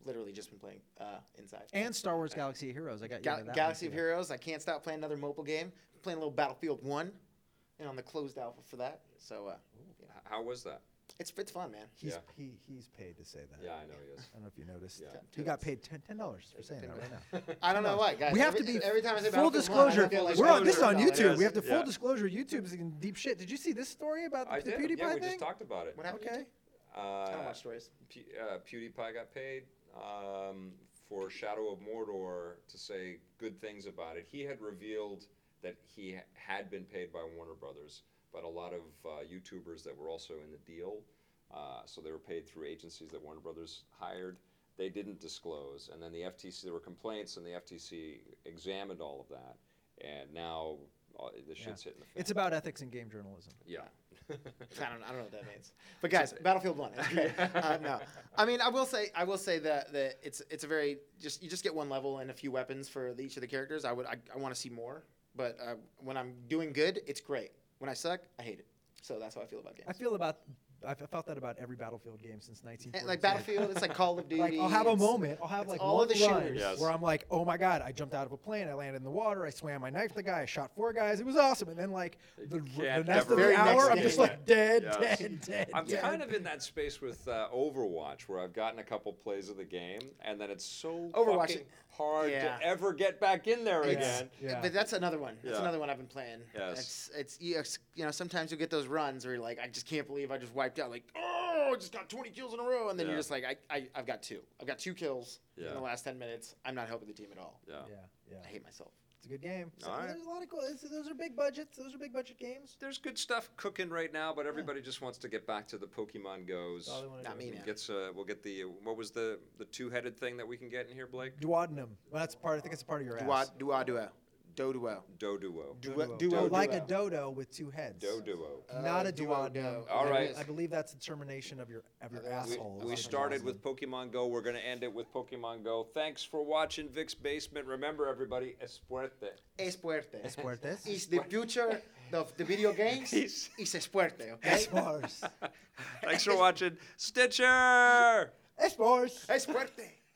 Literally just been playing uh, Inside. And Star Wars Galaxy of Heroes. I got you Gal- into that one, Galaxy of too. Heroes. I can't stop playing another mobile game. Playing a little Battlefield One, and on the closed alpha for that. So uh, yeah. H- how was that? it's it's fun, man. He's, Yeah. he, he's paid to say that. Yeah, I know he is. I don't know if you noticed. Yeah. He got paid ten dollars for saying that right now. I don't know why, guys. We have every, to be every time I say full Battlefield 1, I disclosure. feel like We're on this is on $100. YouTube. We have to Yeah. full disclosure. YouTube's in deep shit. Did you see this story about the, I the did. PewDiePie yeah, we thing? just talked about it. What happened? Okay. I don't Uh, watch stories. P- uh, PewDiePie got paid um, for Shadow of Mordor to say good things about it. He had revealed that he ha- had been paid by Warner Brothers, but a lot of uh, YouTubers that were also in the deal, uh, so they were paid through agencies that Warner Brothers hired. They didn't disclose, and then the FTC. There were complaints, and the FTC examined all of that, and now uh, the shit's hitting the fan. It's about ethics in game journalism. yeah. I don't, I don't know what that means. But guys, Battlefield One. Okay. uh, no, I mean I will say I will say that that it's it's a very just you just get one level and a few weapons for the, each of the characters. I would I, I want to see more, but uh, when I'm doing good, it's great. When I suck, I hate it. So that's how I feel about games. I feel about I've felt that about every Battlefield game since 1940. And, like Battlefield, it's like Call of Duty. Like I'll have a it's- moment. I'll have it's like all one of the run shooters. Yes. where I'm like, oh my god, I jumped out of a plane, I landed in the water, I swam, I knifed the guy, I shot four guys, it was awesome. And then like the, the can't next ever of the Very next hour, I'm game. just like dead, Yes. dead, dead. I'm dead. kind of in that space with uh, Overwatch where I've gotten a couple plays of the game, and then it's so Overwatch- fucking hard yeah. to ever get back in there It's- again. Yeah. But that's another one. That's Yeah. another one I've been playing. Yes. It's it's you ex- you know sometimes you get those runs where you're like I just can't believe I just wiped out like oh I just got 20 kills in a row and then Yeah. you're just like I, I I've got two I've got two kills Yeah. in the last 10 minutes I'm not helping the team at all. Yeah. Yeah, yeah. I hate myself. It's a good game. So, All right. There's a lot of cool. it's- Those are big budgets. Those are big budget games. There's good stuff cooking right now, but everybody just wants to get back to the Pokemon Goes. That's all they wanna Not do. me. We'll now. Gets, uh, we'll get the what was the the two-headed thing that we can get in here, Blake? Duodenum. Well, that's part. I think it's a part of your Dua ass. dua duo doduo Doduo. duo So duo like a dodo with two heads. Doduo. Not Uh, a duodenum. All There it right. is. I believe that's the termination of your of your We, asshole. we That's what started it with Pokemon Go. We're going to end it with Pokemon Go. Thanks for watching Vic's Basement. Remember, everybody, es fuerte. Es fuerte. was. Espuertes. Is the future of the video games Is- is es fuerte. Okay. Esforce. Thanks for watching Stitcher. Esforce. Es fuerte.